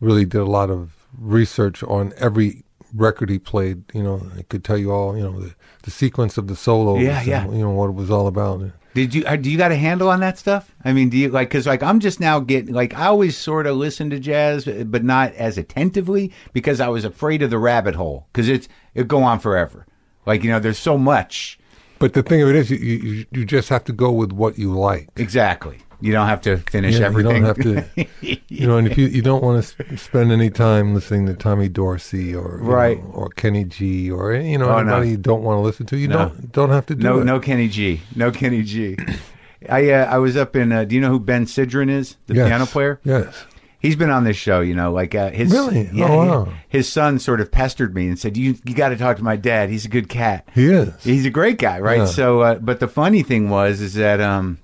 Speaker 3: really did a lot of research on every record he played. You know, he could tell you all, you know, the, the sequence of the solos.
Speaker 1: Yeah,
Speaker 3: and,
Speaker 1: yeah.
Speaker 3: You know what it was all about.
Speaker 1: Did you uh, do you got a handle on that stuff? I mean, do you like because like I'm just now getting like I always sort of listen to jazz, uh, but not as attentively because I was afraid of the rabbit hole because it's it go on forever. Like you know, there's so much
Speaker 3: But the thing of it is, you, you you just have to go with what you like.
Speaker 1: exactly. You don't have to finish
Speaker 3: Yeah,
Speaker 1: everything.
Speaker 3: You don't have to, you know, and if you you don't want to spend any time listening to Tommy Dorsey or you
Speaker 1: Right.
Speaker 3: know, or Kenny G or you know
Speaker 1: Oh, no.
Speaker 3: anybody you don't want to listen to, you
Speaker 1: No.
Speaker 3: don't don't have to do
Speaker 1: no,
Speaker 3: it.
Speaker 1: no Kenny G, no Kenny G. I uh, I was up in. Uh, do you know who Ben Sidran is? The
Speaker 3: Yes.
Speaker 1: piano player.
Speaker 3: Yes,
Speaker 1: He's been on this show, you know, like uh, his
Speaker 3: Really?
Speaker 1: yeah,
Speaker 3: Oh,
Speaker 1: he-
Speaker 3: wow.
Speaker 1: his son sort of pestered me and said, "You you got to talk to my dad. He's a good cat.
Speaker 3: he is.
Speaker 1: He's a great guy, right?"
Speaker 3: Yeah.
Speaker 1: So, uh, but the funny thing was is that um,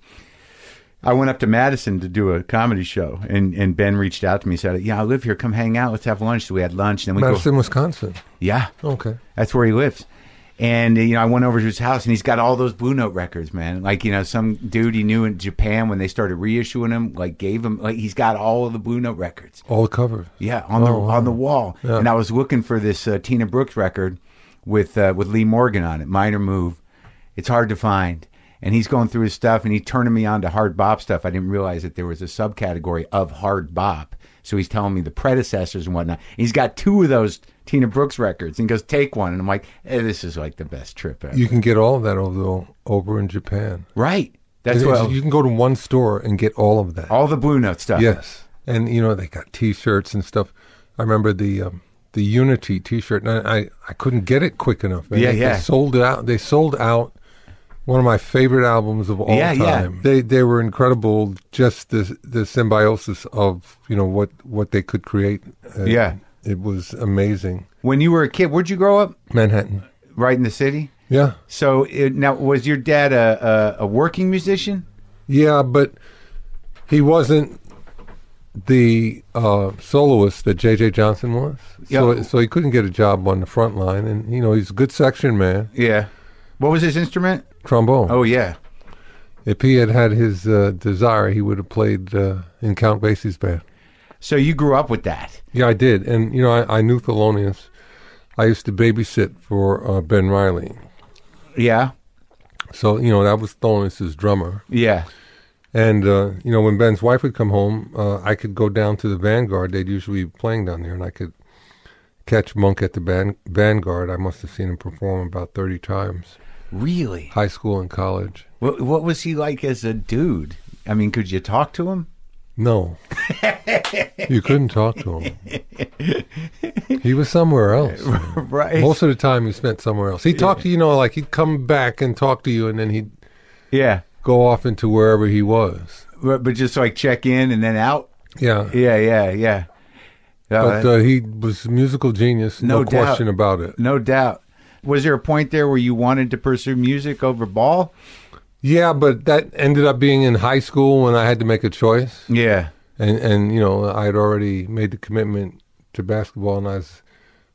Speaker 1: I went up to Madison to do a comedy show, and and Ben reached out to me, said, "Yeah, I live here. Come hang out. Let's have lunch." So we had lunch, and then we
Speaker 3: Madison, Wisconsin.
Speaker 1: go, yeah,
Speaker 3: Okay.
Speaker 1: that's where he lives. And you know, I went over to his house, and he's got all those Blue Note records, man. Like you know, some dude he knew in Japan when they started reissuing them, like gave him. Like he's got all of the Blue Note records.
Speaker 3: All the covers.
Speaker 1: Yeah, on the
Speaker 3: Oh, wow.
Speaker 1: on the wall.
Speaker 3: Yeah.
Speaker 1: And I was looking for this uh, Tina Brooks record with uh, with Lee Morgan on it, Minor Move. It's hard to find. And he's going through his stuff and he's turning me on to hard bop stuff. I didn't realize that there was a subcategory of hard bop. So he's telling me the predecessors and whatnot. He's got two of those Tina Brooks records and he goes, take one. And I'm like, eh, this is like the best trip ever.
Speaker 3: You can get all of that over over in Japan.
Speaker 1: right. That's
Speaker 3: It's-
Speaker 1: what
Speaker 3: you can go to one store and get all of that.
Speaker 1: all the Blue Note stuff.
Speaker 3: Yes, and you know they got T-shirts and stuff. I remember the um, the Unity T-shirt, and I, I I couldn't get it quick enough. man.
Speaker 1: Yeah,
Speaker 3: they,
Speaker 1: yeah.
Speaker 3: They sold it out. They sold out one of my favorite albums of all
Speaker 1: Yeah, yeah.
Speaker 3: time. They they were incredible. Just the the symbiosis of you know what what they could create. Uh,
Speaker 1: Yeah.
Speaker 3: it was amazing.
Speaker 1: When you were a kid, where'd you grow up?
Speaker 3: Manhattan.
Speaker 1: Right in the city?
Speaker 3: Yeah,
Speaker 1: So it, now, was your dad a, a, a working musician?
Speaker 3: yeah, but he wasn't the uh, soloist that J.J. Johnson was.
Speaker 1: Yeah.
Speaker 3: So, so he couldn't get a job on the front line, and you know he's a good section man,
Speaker 1: Yeah. What was his instrument?
Speaker 3: trombone.
Speaker 1: Oh yeah.
Speaker 3: If he had had his uh, desire, he would have played uh, in Count Basie's band.
Speaker 1: So you grew up with that?
Speaker 3: Yeah, I did, and you know I, I knew Thelonious. I used to babysit for uh, Ben Riley,
Speaker 1: Yeah.
Speaker 3: so you know that was Thelonious's drummer.
Speaker 1: Yeah.
Speaker 3: And uh, you know, when Ben's wife would come home, uh, I could go down to the Vanguard. They'd usually be playing down there, and I could catch Monk at the van- Vanguard. I must have seen him perform about thirty times,
Speaker 1: Really?
Speaker 3: high school and college.
Speaker 1: What, what was he like as a dude? I mean, could you talk to him?
Speaker 3: No, you couldn't talk to him. He was somewhere else.
Speaker 1: right.
Speaker 3: Most of the time, he spent somewhere else. He talked to you know, like he'd come back and talk to you, and then he'd
Speaker 1: yeah.
Speaker 3: go off into wherever he was.
Speaker 1: But, but just like check in and then out.
Speaker 3: Yeah.
Speaker 1: Yeah. Yeah. Yeah. Oh,
Speaker 3: But
Speaker 1: that-
Speaker 3: uh, he was a musical genius,
Speaker 1: No
Speaker 3: no,
Speaker 1: doubt.
Speaker 3: question about it.
Speaker 1: no doubt. Was there a point there where you wanted to pursue music over ball?
Speaker 3: Yeah, but that ended up being in high school when I had to make a choice,
Speaker 1: Yeah.
Speaker 3: and and you know I had already made the commitment to basketball, and I was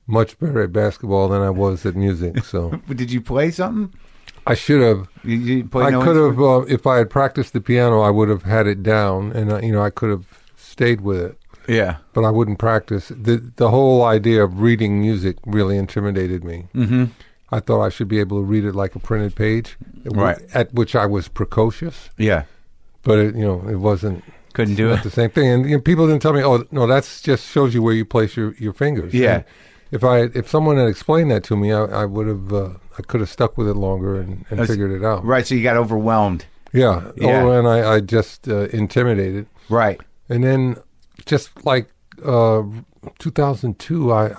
Speaker 3: much better at basketball than I was at music. So
Speaker 1: Did you play something?
Speaker 3: I should have,
Speaker 1: You, you play
Speaker 3: I
Speaker 1: no
Speaker 3: could
Speaker 1: instrument?
Speaker 3: have, uh, if I had practiced the piano, I would have had it down, and uh, you know I could have stayed with it,
Speaker 1: Yeah.
Speaker 3: but I wouldn't practice. the The whole idea of reading music really intimidated me.
Speaker 1: Mm-hmm.
Speaker 3: I thought I should be able to read it like a printed page,
Speaker 1: Right.
Speaker 3: at which I was precocious,
Speaker 1: Yeah.
Speaker 3: but it, you know it wasn't.
Speaker 4: Couldn't do
Speaker 3: Not
Speaker 4: it.
Speaker 3: the same thing. And you know, people didn't tell me, oh, no, that's just shows you where you place your, your fingers.
Speaker 1: Yeah.
Speaker 3: And if I if someone had explained that to me, I, I would have uh, I could have stuck with it longer and, and
Speaker 1: That's-
Speaker 3: figured it out.
Speaker 1: Right. So you got overwhelmed.
Speaker 3: Yeah.
Speaker 1: Yeah.
Speaker 3: Oh, and I, I just uh, intimidated.
Speaker 1: Right.
Speaker 3: And then just like uh, 2002, I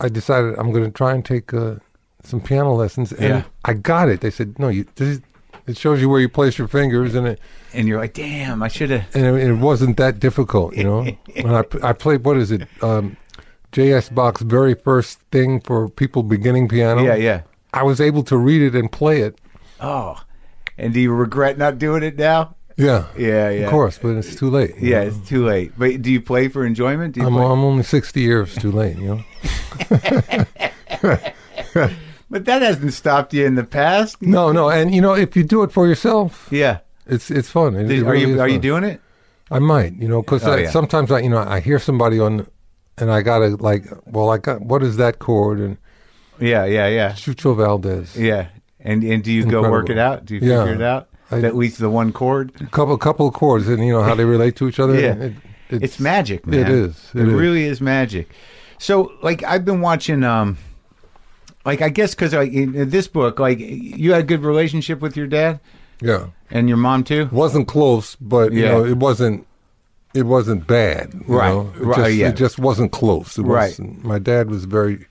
Speaker 3: I decided I'm going to try and take uh, some piano lessons. And
Speaker 1: Yeah.
Speaker 3: I got it. They said, no, you this is, it shows you where you place your fingers, and it
Speaker 1: And you're like, damn, I should have.
Speaker 3: and it, it wasn't that difficult, you know. when I p- I played, what is it? Um, J.S. Bach's very first thing for people beginning piano.
Speaker 1: Yeah. Yeah.
Speaker 3: I was able to read it and play it.
Speaker 1: Oh. And do you regret not doing it now?
Speaker 3: Yeah,
Speaker 1: Yeah. Yeah.
Speaker 3: of course, but it's too late. you
Speaker 1: Yeah,
Speaker 3: know.
Speaker 1: it's too late. But do you play for enjoyment? Do you
Speaker 3: I'm,
Speaker 1: play?
Speaker 3: I'm only 60 years too late, you know.
Speaker 1: But that hasn't stopped you in the past.
Speaker 3: No, no, and you know, if you do it for yourself,
Speaker 1: Yeah.
Speaker 3: It's it's fun. It-
Speaker 1: Did-
Speaker 3: it
Speaker 1: are
Speaker 3: really is
Speaker 1: you are you
Speaker 3: fun.
Speaker 1: doing it?
Speaker 3: I might, you know, because
Speaker 1: Oh, yeah.
Speaker 3: sometimes I, you know, I hear somebody on, and I gotta like, well, I got what is that chord and
Speaker 1: Yeah. Yeah. Yeah.
Speaker 3: Chucho Valdez,
Speaker 1: Yeah. And and do you go work
Speaker 3: Incredible.
Speaker 1: it out? Do you
Speaker 3: Yeah.
Speaker 1: figure it out?
Speaker 3: I-
Speaker 1: At least the one chord.
Speaker 3: couple couple of chords, and you know how they relate to each other.
Speaker 1: Yeah.
Speaker 3: It-
Speaker 1: It's, magic, man.
Speaker 3: It is.
Speaker 1: It,
Speaker 3: It is.
Speaker 1: really is magic. So, like, I've been watching, um, like, I guess because like, in in this book, like, you had a good relationship with your dad
Speaker 3: Yeah,
Speaker 1: and your mom too.
Speaker 3: wasn't close, but you
Speaker 1: Yeah.
Speaker 3: know, it wasn't. It wasn't bad, you
Speaker 1: Right.
Speaker 3: know? It
Speaker 1: Right,
Speaker 3: just,
Speaker 1: yeah.
Speaker 3: it just wasn't close. It
Speaker 1: Right.
Speaker 3: wasn't- My dad was a very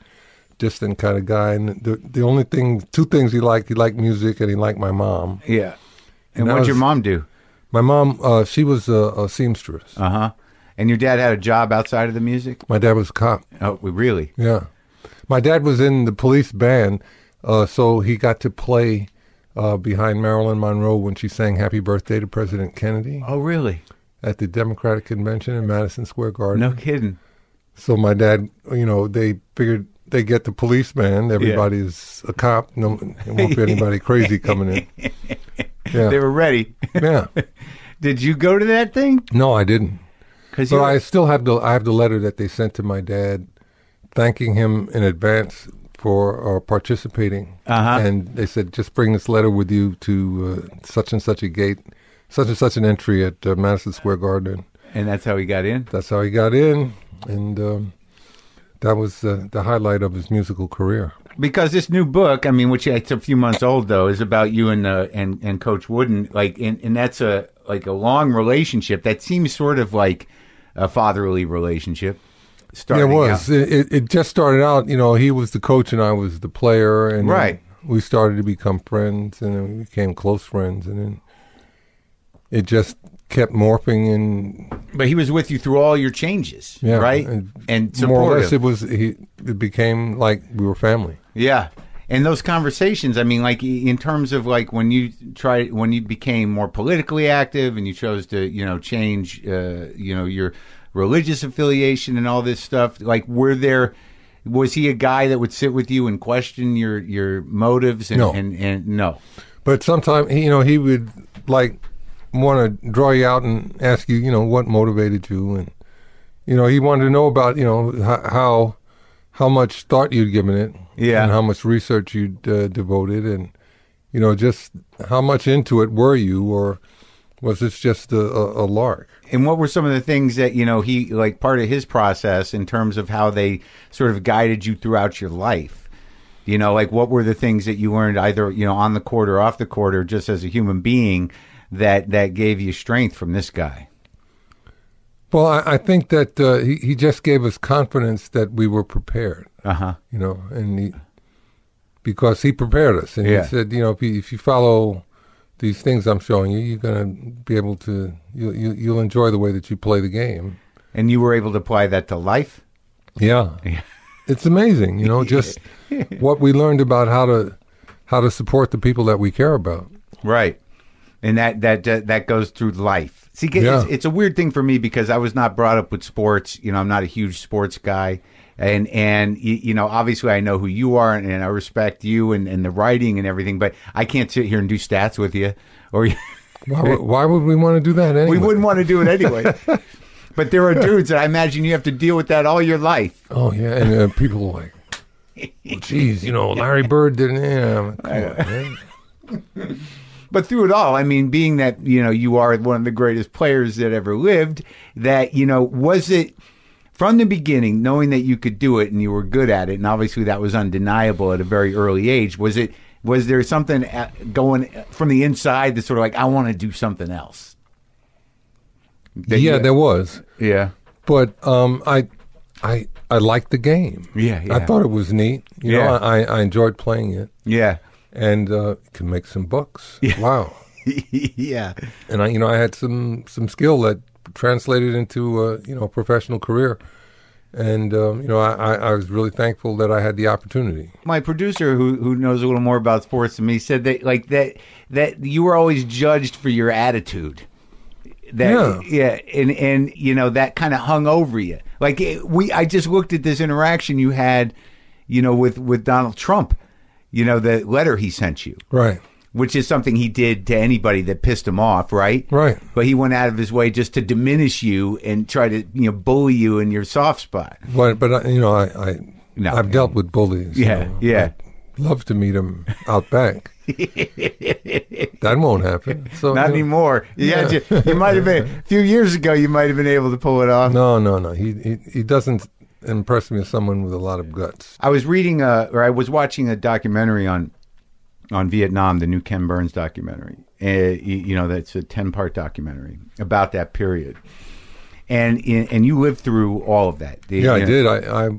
Speaker 3: distant kind of guy, and the the only thing, two things he liked, he liked music, and he liked my mom.
Speaker 1: Yeah. And
Speaker 3: And I
Speaker 1: what'd your
Speaker 3: was-
Speaker 1: mom do?
Speaker 3: My mom, uh, she was a, a seamstress.
Speaker 1: Uh huh. And your dad had a job outside of the music.
Speaker 3: My dad was a cop.
Speaker 1: Oh, we really?
Speaker 3: Yeah, my dad was in the police band, uh, so he got to play uh, behind Marilyn Monroe when she sang "Happy Birthday" to President Kennedy
Speaker 1: Oh, really?
Speaker 3: at the Democratic Convention in Madison Square Garden.
Speaker 1: No kidding.
Speaker 3: So my dad, you know, they figured they get the police band. Everybody's a cop. No, it won't be anybody crazy coming in.
Speaker 1: They
Speaker 3: Yeah,
Speaker 1: were ready.
Speaker 3: yeah.
Speaker 1: Did you go to that thing?
Speaker 3: No, I didn't.
Speaker 1: Because
Speaker 3: But I still have the I have the letter that they sent to my dad, thanking him in advance for uh, participating.
Speaker 1: Uh-huh.
Speaker 3: And they said, just bring this letter with you to uh, such and such a gate, such and such an entry at uh, Madison Square Garden.
Speaker 1: and that's how he got in.
Speaker 3: That's how he got in, and um, that was uh, the highlight of his musical career.
Speaker 1: because this new book, I mean, which it's a few months old though, is about you and uh, and and Coach Wooden, like, and, and that's a like a long relationship that seems sort of like a fatherly relationship. Starting
Speaker 3: Yeah, it was.
Speaker 1: out.
Speaker 3: It, it, it just started out. You know, he was the coach and I was the player, and
Speaker 1: Right.
Speaker 3: we started to become friends, and then we became close friends, and then it just kept morphing and
Speaker 1: but he was with you through all your changes,
Speaker 3: Yeah,
Speaker 1: right? And,
Speaker 3: and more or
Speaker 1: supportive,
Speaker 3: less it was. He, it became like we were family.
Speaker 1: yeah. And those conversations, I mean, like i- in terms of like when you try when you became more politically active and you chose to you know change uh, you know your religious affiliation and all this stuff, like were there. Was he a guy that would sit with you and question your, your motives and,
Speaker 3: No.
Speaker 1: and, and no?
Speaker 3: But sometimes, you know, he would like want to draw you out and ask you, you know, what motivated you, and you know, he wanted to know about, you know, h- how how much thought you'd given it,
Speaker 1: Yeah.
Speaker 3: and how much research you'd uh, devoted, and you know, just how much into it were you, or was this just a, a, a lark?
Speaker 1: And what were some of the things that, you know, he like part of his process in terms of how they sort of guided you throughout your life? You know, like what were the things that you learned either, you know, on the court or off the court or just as a human being that that gave you strength from this guy?
Speaker 3: Well, I, I think that uh, he he just gave us confidence that we were prepared.
Speaker 1: Uh-huh.
Speaker 3: you know, and he, because he prepared us, and
Speaker 1: Yeah.
Speaker 3: he said, you know, if you, if you follow these things I'm showing you, you're gonna be able to, you, you, you'll enjoy the way that you play the game.
Speaker 1: And you were able to apply that to life?
Speaker 3: Yeah, it's amazing, you know, just what we learned about how to how to support the people that we care about.
Speaker 1: Right. And that that that, that goes through life. See, it's,
Speaker 3: Yeah.
Speaker 1: it's a weird thing for me because I was not brought up with sports. You know, I'm not a huge sports guy. And and y- you know, obviously, I know who you are, and, and I respect you and, and the writing and everything. But I can't sit here and do stats with you, or
Speaker 3: Why, would- why would we want to do that anyway?
Speaker 1: we wouldn't want to do it anyway. but there are dudes that I imagine you have to deal with that all your life.
Speaker 3: Oh yeah, and uh, people were like, "Geez, you know, Larry Bird didn't." Yeah, I'm like, come on, man.
Speaker 1: But through it all, I mean, being that you know you are one of the greatest players that ever lived, that you know was it from the beginning, knowing that you could do it and you were good at it, and obviously that was undeniable at a very early age. Was it? Was there something at, going from the inside that's sort of like I want to do something else? That
Speaker 3: yeah,
Speaker 1: you-
Speaker 3: there was.
Speaker 1: yeah,
Speaker 3: But um, I, I, I liked the game.
Speaker 1: Yeah, yeah.
Speaker 3: I thought it was neat. You know,
Speaker 1: Yeah.
Speaker 3: I, I enjoyed playing it,
Speaker 1: yeah,
Speaker 3: and uh, can make some bucks. Wow.
Speaker 1: yeah,
Speaker 3: and I, you know, I had some some skill that translated into a you know a professional career, and um, you know, I, I, I was really thankful that I had the opportunity.
Speaker 1: my producer who who knows a little more about sports than me said that like that that you were always judged for your attitude. That, yeah. and and you know that kind of hung over you. Like it, we, I just looked at this interaction you had, you know, with with Donald Trump. You know the letter he sent you,
Speaker 3: Right.
Speaker 1: which is something he did to anybody that pissed him off, right?
Speaker 3: Right.
Speaker 1: But he went out of his way just to diminish you and try to you know bully you in your soft spot.
Speaker 3: But but uh, you know, I, I
Speaker 1: No.
Speaker 3: I've dealt with bullies. you
Speaker 1: Yeah,
Speaker 3: know.
Speaker 1: yeah.
Speaker 3: I'd love to meet them out back. that won't happen. So
Speaker 1: Not
Speaker 3: you know,
Speaker 1: anymore. You, had
Speaker 3: Yeah.
Speaker 1: to- you might have been a few years ago. You might have been able to pull it off.
Speaker 3: No, no, no. He, he he doesn't impress me as someone with a lot of guts.
Speaker 1: I was reading a, or I was watching a documentary on on Vietnam, the new Ken Burns documentary. Uh, you, you know, that's a ten part documentary about that period. And in, and you lived through all of that. The-
Speaker 3: Yeah, I
Speaker 1: you know-
Speaker 3: did. I, I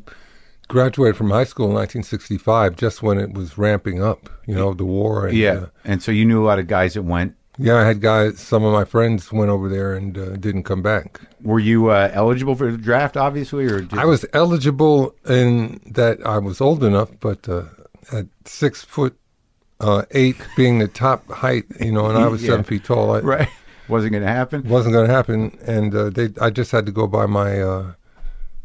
Speaker 3: graduated from high school in 1965, just when it was ramping up. You know, the war. And,
Speaker 1: Yeah,
Speaker 3: uh,
Speaker 1: and so you knew a lot of guys that went.
Speaker 3: Yeah, I had guys. Some of my friends went over there and uh, didn't come back.
Speaker 1: Were you uh, eligible for the draft? Obviously, or just,
Speaker 3: I was eligible in that I was old enough, but uh, at six foot uh, eight, being the top height, you know, and I was
Speaker 1: Yeah.
Speaker 3: seven feet tall, I,
Speaker 1: right. Wasn't going to happen.
Speaker 3: wasn't going to happen. And uh, they, I just had to go by my uh,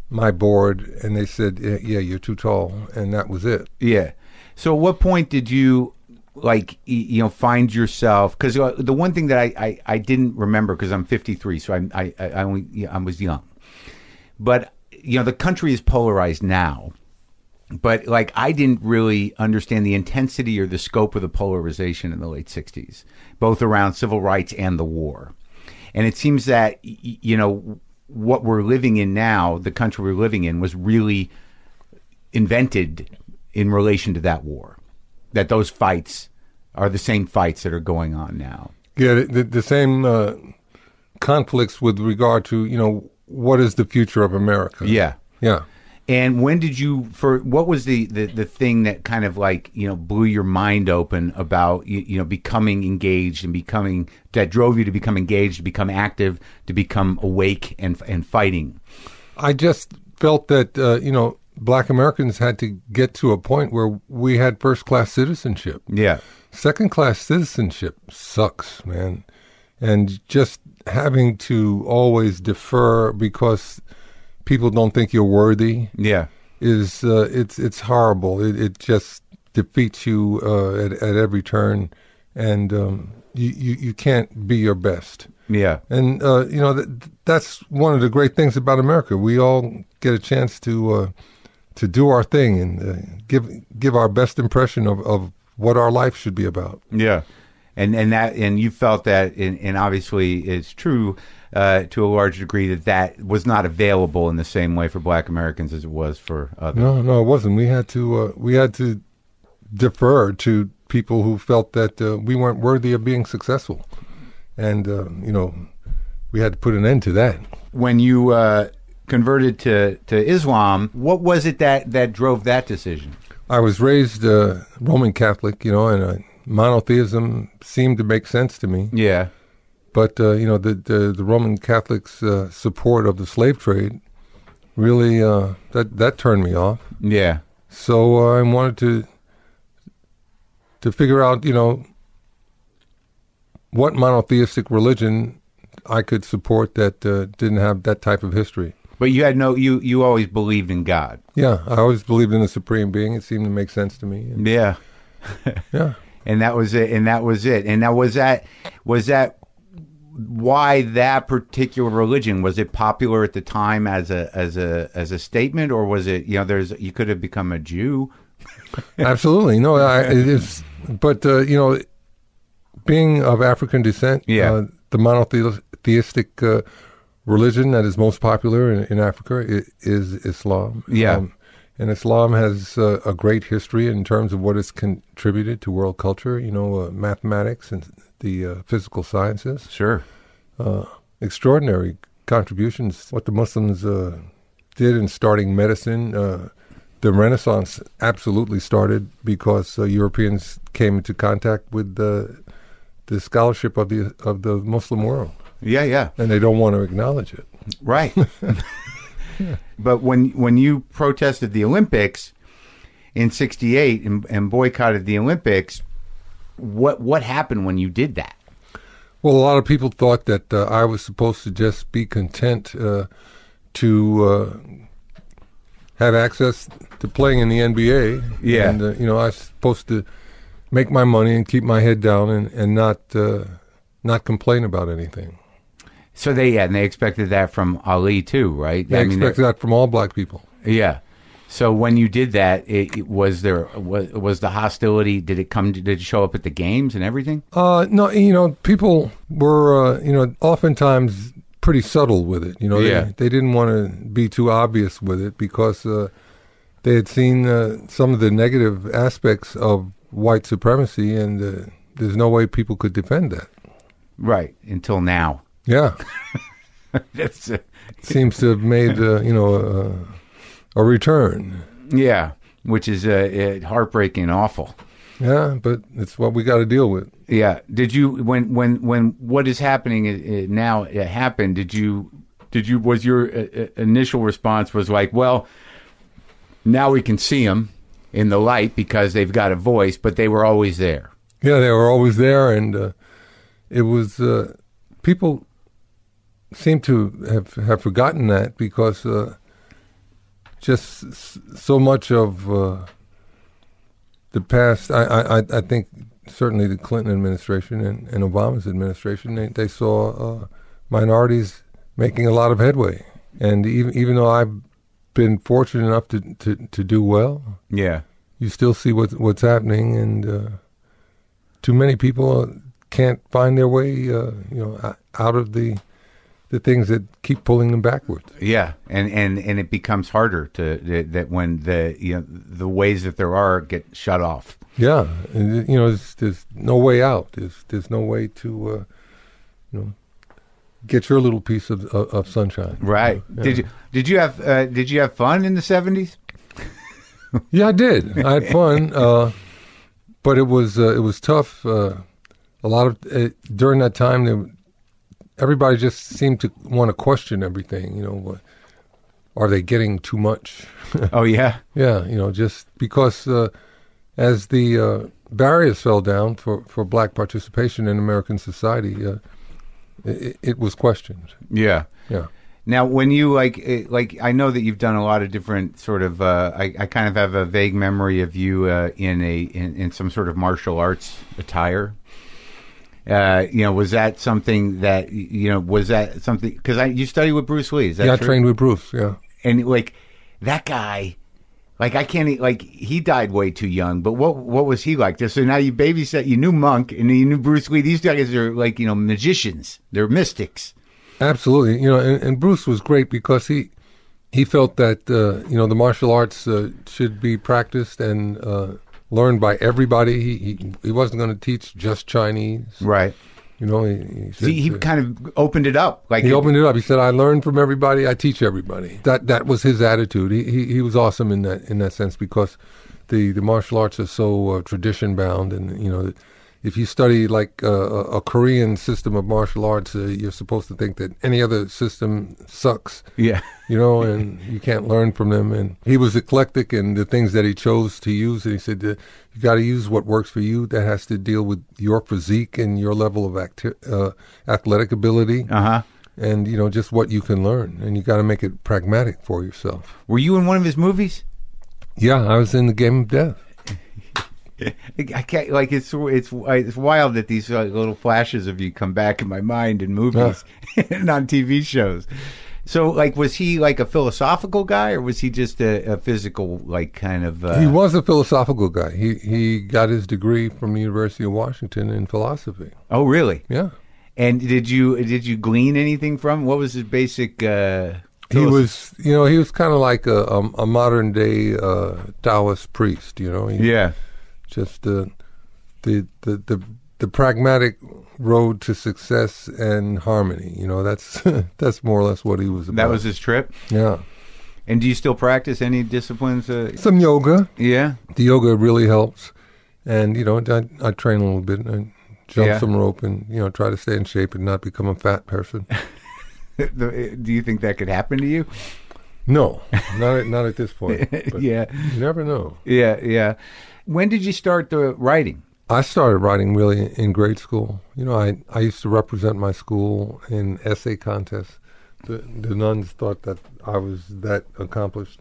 Speaker 3: my board, and they said, yeah, "Yeah, you're too tall," and that was it.
Speaker 1: Yeah. So, at what point did you like y- you know find yourself? Because uh, the one thing that I I, I didn't remember because I'm 53, so I'm, I I I only yeah, I was young, but you know the country is polarized now. But like I didn't really understand the intensity or the scope of the polarization in the late '60s, both around civil rights and the war. And it seems that y- y- you know what we're living in now, the country we're living in, was really invented in relation to that war. That those fights are the same fights that are going on now.
Speaker 3: Yeah, the- the, the same uh, conflicts with regard to you know what is the future of America?
Speaker 1: Yeah.
Speaker 3: yeah.
Speaker 1: And when did you for what was the, the the thing that kind of like, you know, blew your mind open about you, you know becoming engaged and becoming that drove you to become engaged, to become active, to become awake and and fighting.
Speaker 3: I just felt that uh, you know black Americans had to get to a point where we had first class citizenship.
Speaker 1: Yeah.
Speaker 3: Second class citizenship sucks, man, and just having to always defer because people don't think you're worthy
Speaker 1: Yeah.
Speaker 3: is uh, it's it's horrible. It, it just defeats you uh, at at every turn, and um, you, you you can't be your best.
Speaker 1: Yeah.
Speaker 3: And uh, you know th- that's one of the great things about America. We all get a chance to uh, to do our thing and uh, give give our best impression of, of what our life should be about.
Speaker 1: Yeah, and and that and you felt that, and, and obviously it's true uh, to a large degree that that was not available in the same way for Black Americans as it was for others.
Speaker 3: No, no, it wasn't. We had to uh, we had to defer to people who felt that uh, we weren't worthy of being successful, and uh, you know we had to put an end to that.
Speaker 1: When you uh, converted to to Islam, what was it that that drove that decision?
Speaker 3: I was raised uh, Roman Catholic, you know, and uh, monotheism seemed to make sense to me.
Speaker 1: Yeah,
Speaker 3: But uh, you know, the, the the Roman Catholics' uh, support of the slave trade really uh, that that turned me off.
Speaker 1: yeah,
Speaker 3: So uh, I wanted to to figure out, you know, what monotheistic religion I could support that uh, didn't have that type of history.
Speaker 1: but you had no you you always believed in God.
Speaker 3: Yeah, I always believed in a supreme being. It seemed to make sense to me. And,
Speaker 1: Yeah,
Speaker 3: yeah.
Speaker 1: and that was it and that was it and that was that was that why that particular religion was it popular at the time as a as a as a statement or was it you know there's you could have become a jew
Speaker 3: Absolutely. No, I, it is. But, uh, you know, being of African descent,
Speaker 1: Yeah.
Speaker 3: uh, the monotheistic uh, religion that is most popular in, in Africa i- is Islam. Um,
Speaker 1: Yeah.
Speaker 3: and Islam has uh, a great history in terms of what it's contributed to world culture. You know, uh, mathematics and the uh, physical sciences
Speaker 1: Sure.
Speaker 3: extraordinary contributions. What the Muslims uh, did in starting medicine, uh, the Renaissance absolutely started because uh, Europeans came into contact with the the scholarship of the of the Muslim world,
Speaker 1: Yeah, yeah.
Speaker 3: and they don't want to acknowledge it.
Speaker 1: Right. but when when you protested the Olympics in '68 and, and boycotted the Olympics, what what happened when you did that?
Speaker 3: Well, a lot of people thought that uh, I was supposed to just be content uh, to uh, have access to playing in the NBA.
Speaker 1: Yeah.
Speaker 3: and uh, you know I was supposed to make my money and keep my head down and and not uh, not complain about anything.
Speaker 1: So they yeah, and they expected that from Ali too, right?
Speaker 3: They expect that from all black people.
Speaker 1: yeah. So when you did that, it, it- was there was, was the hostility? Did it come? Did it show up at the games and everything?
Speaker 3: Uh, no, you know, people were, uh, you know, oftentimes pretty subtle with it. You know,
Speaker 1: Yeah.
Speaker 3: they, they didn't want to be too obvious with it because uh, they had seen uh, some of the negative aspects of white supremacy, and uh, there's no way people could defend that.
Speaker 1: Right until now.
Speaker 3: Yeah,
Speaker 1: That's uh,
Speaker 3: seems to have made, uh, you know, uh, a return.
Speaker 1: yeah, which is uh, uh, heartbreaking, and awful.
Speaker 3: Yeah, but it's what we got to deal with.
Speaker 1: Yeah. Did you when when when what is happening i- i- now it happened? Did you did you was your uh, uh, initial response was like, well, now we can see them in the light because they've got a voice, but they were always there.
Speaker 3: Yeah, they were always there, and uh, it was uh, people seem to have have forgotten that because uh, just s- so much of uh, the past. I, I I- I think certainly the Clinton administration and, and Obama's administration they, they saw uh, minorities making a lot of headway, and even even though I've been fortunate enough to to, to do well,
Speaker 1: Yeah.
Speaker 3: you still see what what's happening, and uh, too many people uh, can't find their way, uh, you know, o- out of the the things that keep pulling them backwards.
Speaker 1: Yeah, and, and, and it becomes harder to that- that when the you know the ways that there are get shut off.
Speaker 3: Yeah, and, uh, you know, there's, there's no way out. There's there's no way to, uh, you know, get your little piece of of, of sunshine.
Speaker 1: Right? Did you did you have uh, did you have fun in the seventies?
Speaker 3: Yeah, I did. I had fun, uh, but it was uh, it was tough. Uh, a lot of uh, during that time, there, everybody just seemed to want to question everything. You know, what, are they getting too much?
Speaker 1: oh yeah,
Speaker 3: Yeah, you know, just because uh, as the uh, barriers fell down for, for black participation in American society, uh, it, it was questioned.
Speaker 1: yeah.
Speaker 3: Yeah.
Speaker 1: Now, when you like, eh, like I know that you've done a lot of different sort of. Uh, I, I kind of have a vague memory of you uh, in a in, in some sort of martial arts attire. Uh, you know, was that something that y- you know was that something because I you studied with Bruce Lee? Is that
Speaker 3: yeah,
Speaker 1: true?
Speaker 3: I trained with Bruce. Yeah.
Speaker 1: and like that guy. Like I can't e- like he died way too young, but what what was he like? So now you babysat, you knew Monk and you knew Bruce Lee. These guys are like you know magicians, they're mystics.
Speaker 3: Absolutely, you know, and, and Bruce was great because he he felt that uh, you know the martial arts uh, should be practiced and uh, learned by everybody. He he, he wasn't going to teach just Chinese,
Speaker 1: Right.
Speaker 3: you know. He he, said,
Speaker 1: He, he
Speaker 3: uh,
Speaker 1: kind of opened it up. Like
Speaker 3: he opened it up. He said, "I learn from everybody. I teach everybody." That that was his attitude. He he, he was awesome in that in that sense because the, the martial arts are so uh, tradition bound, and you know, if you study like uh, a a Korean system of martial arts, uh, you're supposed to think that any other system sucks
Speaker 1: Yeah.
Speaker 3: you know, and you can't learn from them. And he was eclectic in the things that he chose to use. And he said, uh, you got to use what works for you. That has to deal with your physique and your level of acti- uh, athletic ability
Speaker 1: Uh huh.
Speaker 3: and, you know, just what you can learn. And you got to make it pragmatic for yourself.
Speaker 1: Were you in one of his movies?
Speaker 3: Yeah, I was in the game of death.
Speaker 1: I can't like it's it's it's wild that these uh, little flashes of you come back in my mind in movies and on TV shows. So, like, was he like a philosophical guy, or was he just a, a physical, like, kind of? Uh,
Speaker 3: he was a philosophical guy. He he got his degree from the University of Washington in philosophy.
Speaker 1: oh, really?
Speaker 3: Yeah,
Speaker 1: And did you did you glean anything from? What was his basic? Uh,
Speaker 3: he was.
Speaker 1: philos-
Speaker 3: You know, he was kind of like a, a, a modern day uh, Taoist priest. You know, he
Speaker 1: Yeah.
Speaker 3: just uh, the, the the the pragmatic road to success and harmony. You know, that's that's more or less what he was about.
Speaker 1: That was his trip.
Speaker 3: yeah.
Speaker 1: And do you still practice any disciplines? Uh,
Speaker 3: Some yoga.
Speaker 1: yeah.
Speaker 3: The yoga really helps, and you know, I, I train a little bit. And, Jump
Speaker 1: Yeah.
Speaker 3: some rope and you know try to stay in shape and not become a fat person.
Speaker 1: The- do you think that could happen to you?
Speaker 3: No, not at, not at this point. But
Speaker 1: yeah.
Speaker 3: you never know.
Speaker 1: Yeah. Yeah. When did you start the writing?
Speaker 3: I started writing really in grade school. You know, I I used to represent my school in essay contests. The, the nuns thought that I was that accomplished.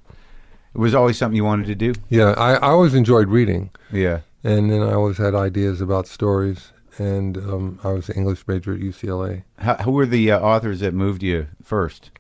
Speaker 1: It was always something you wanted to do.
Speaker 3: Yeah, I, I always enjoyed reading,
Speaker 1: Yeah.
Speaker 3: and then I always had ideas about stories. And um, I was an English major at UCLA.
Speaker 1: How, who were the uh, authors that moved you first?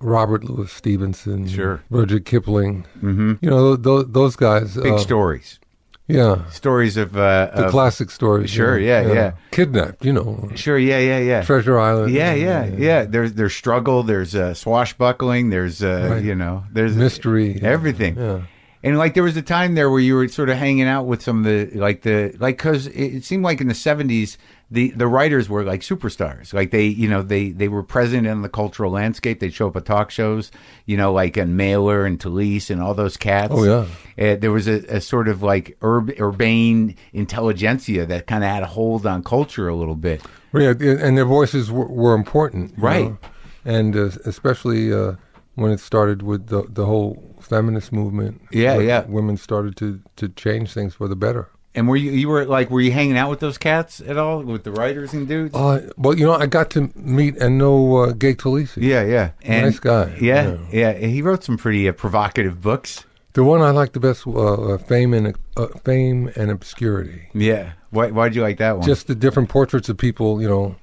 Speaker 3: Robert Louis Stevenson,
Speaker 1: Sure.
Speaker 3: Rudyard Kipling.
Speaker 1: Mm-hmm.
Speaker 3: You know, those, those guys.
Speaker 1: Big
Speaker 3: uh,
Speaker 1: stories.
Speaker 3: Yeah.
Speaker 1: Stories of. Uh,
Speaker 3: The
Speaker 1: of-
Speaker 3: classic stories. you
Speaker 1: Sure,
Speaker 3: know, uh,
Speaker 1: yeah, yeah.
Speaker 3: Kidnapped, you know.
Speaker 1: Sure. Yeah. Yeah. Yeah.
Speaker 3: Treasure Island. uh,
Speaker 1: Yeah, yeah, yeah. There's there's struggle. There's uh, swashbuckling. There's uh,
Speaker 3: Right.
Speaker 1: you know there's
Speaker 3: Mystery.
Speaker 1: everything.
Speaker 3: Yeah.
Speaker 1: And like there was a time there where you were sort of hanging out with some of the like the like because it, it seemed like in the seventies the the writers were like superstars. Like they you know they they were present in the cultural landscape. They'd show up at talk shows. You know like and Mailer and Talese and all those cats.
Speaker 3: Oh, yeah.
Speaker 1: Uh, there was a, a sort of like urb, urbane intelligentsia that kind of had a hold on culture a little bit.
Speaker 3: Well, yeah, th- and their voices were, were important, you
Speaker 1: Right.
Speaker 3: know? And uh, especially uh, when it started with the the whole feminist movement.
Speaker 1: Yeah,
Speaker 3: where
Speaker 1: yeah.
Speaker 3: Women started to to change things for the better.
Speaker 1: And were you you were like were you hanging out with those cats at all with the writers and dudes?
Speaker 3: Uh, well, you know, I got to meet and know uh, Gay Talese.
Speaker 1: Yeah, yeah. And
Speaker 3: Nice guy.
Speaker 1: Yeah, yeah. He wrote some pretty uh, provocative books.
Speaker 3: The one I liked the best, uh, uh, Fame and uh, Fame and Obscurity.
Speaker 1: Yeah. Why why'd you like that one?
Speaker 3: Just the different portraits of people, you know.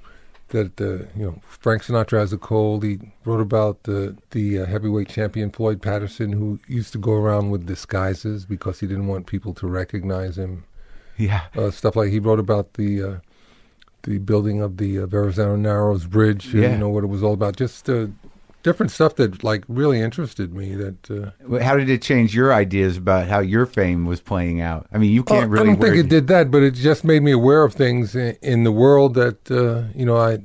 Speaker 3: That uh, you know, Frank Sinatra has a cold. He wrote about the the uh, heavyweight champion Floyd Patterson, who used to go around with disguises because he didn't want people to recognize him.
Speaker 1: yeah.
Speaker 3: Uh, stuff like he wrote about the uh, the building of the uh, Verrazano Narrows Bridge. and,
Speaker 1: Yeah.
Speaker 3: You know what it was all about. Just uh, different stuff that like really interested me. That uh,
Speaker 1: Well, How did it change your ideas about how your fame was playing out? I mean, you can't
Speaker 3: Oh,
Speaker 1: really.
Speaker 3: I don't think
Speaker 1: wear-
Speaker 3: it did that, but it just made me aware of things in, in the world that uh, you know I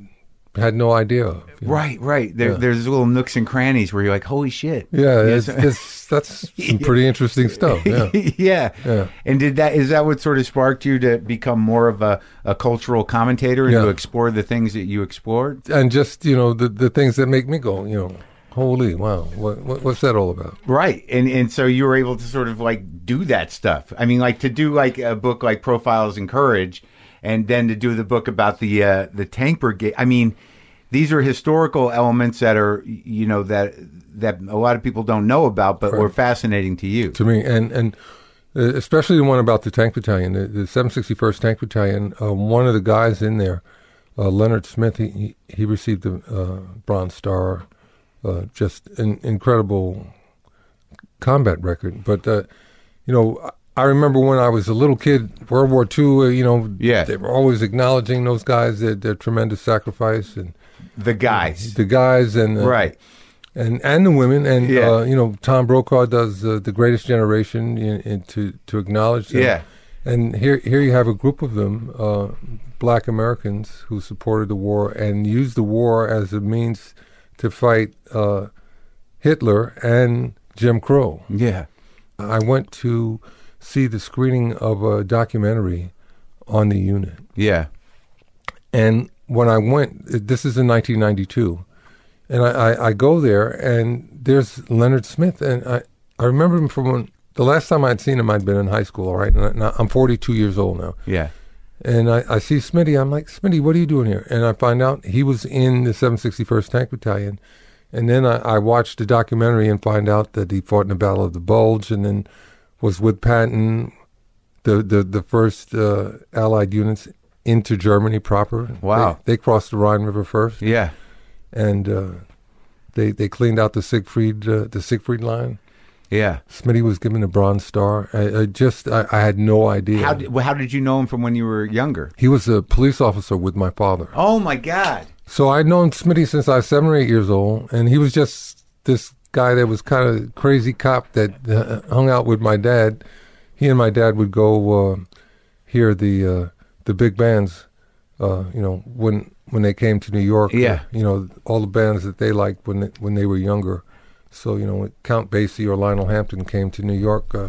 Speaker 3: had no idea of. you know.
Speaker 1: Right, right. There,
Speaker 3: Yeah.
Speaker 1: There's little nooks and crannies where you're like, "Holy shit!"
Speaker 3: Yeah,
Speaker 1: Yes.
Speaker 3: it's, it's, that's some pretty interesting stuff. Yeah.
Speaker 1: yeah.
Speaker 3: Yeah.
Speaker 1: And did that is that what sort of sparked you to become more of a, a cultural commentator and
Speaker 3: Yeah.
Speaker 1: to explore the things that you explored?
Speaker 3: and just you know the the things that make me go, you know, holy wow, what, what what's that all about?
Speaker 1: Right, and and so you were able to sort of like do that stuff. I mean, like to do like a book like Profiles in Courage, and then to do the book about the uh, the tank brigade. I mean, these are historical elements that are you know that that a lot of people don't know about, but were fascinating to you.
Speaker 3: to me, and and uh, especially the one about the tank battalion, the, the 761st Tank Battalion. Uh, one of the guys in there, uh, Leonard Smith, he he, he received the uh, Bronze Star, uh, just an incredible combat record. But uh, you know, I I remember when I was a little kid, World War II. Uh, you know,
Speaker 1: Yeah.
Speaker 3: they were always acknowledging those guys, their, their tremendous sacrifice, and
Speaker 1: The guys,
Speaker 3: the guys, and uh,
Speaker 1: right?
Speaker 3: and and the women and
Speaker 1: Yeah.
Speaker 3: uh, you know Tom Brokaw does uh, the Greatest Generation in, in, to to acknowledge them.
Speaker 1: Yeah.
Speaker 3: and here here you have a group of them, uh, Black Americans who supported the war and used the war as a means to fight uh, Hitler and Jim Crow.
Speaker 1: Yeah.
Speaker 3: I went to see the screening of a documentary on the unit.
Speaker 1: Yeah.
Speaker 3: And when I went, this is in 1992, and I, I, I go there, and there's Leonard Smith, and I, I remember him from when the last time I'd seen him, I'd been in high school, all right? And I, and I'm 42 years old now.
Speaker 1: Yeah.
Speaker 3: And I, I see Smitty, I'm like, Smitty, what are you doing here? And I find out he was in the 761st Tank Battalion. And then I, I watched the documentary and find out that he fought in the Battle of the Bulge and then was with Patton, the, the, the first uh, Allied units into Germany proper.
Speaker 1: Wow.
Speaker 3: They, they crossed the Rhine River first.
Speaker 1: Yeah.
Speaker 3: And uh, They they cleaned out the Siegfried uh, the Siegfried line.
Speaker 1: Yeah.
Speaker 3: Smitty was given the Bronze Star. I, I just I, I had no idea.
Speaker 1: How did, well, how did you know him from when you were younger?
Speaker 3: he was a police officer with my father.
Speaker 1: Oh my God.
Speaker 3: So I'd known Smitty since I was seven or eight years old, and he was just this guy that was kind of crazy cop that uh, hung out with my dad. He and my dad would go uh, hear the uh, the big bands, uh, you know, when when they came to New York.
Speaker 1: Yeah.
Speaker 3: you know, all the bands that they liked when they, when they were younger. So you know, when Count Basie or Lionel Hampton came to New York, uh,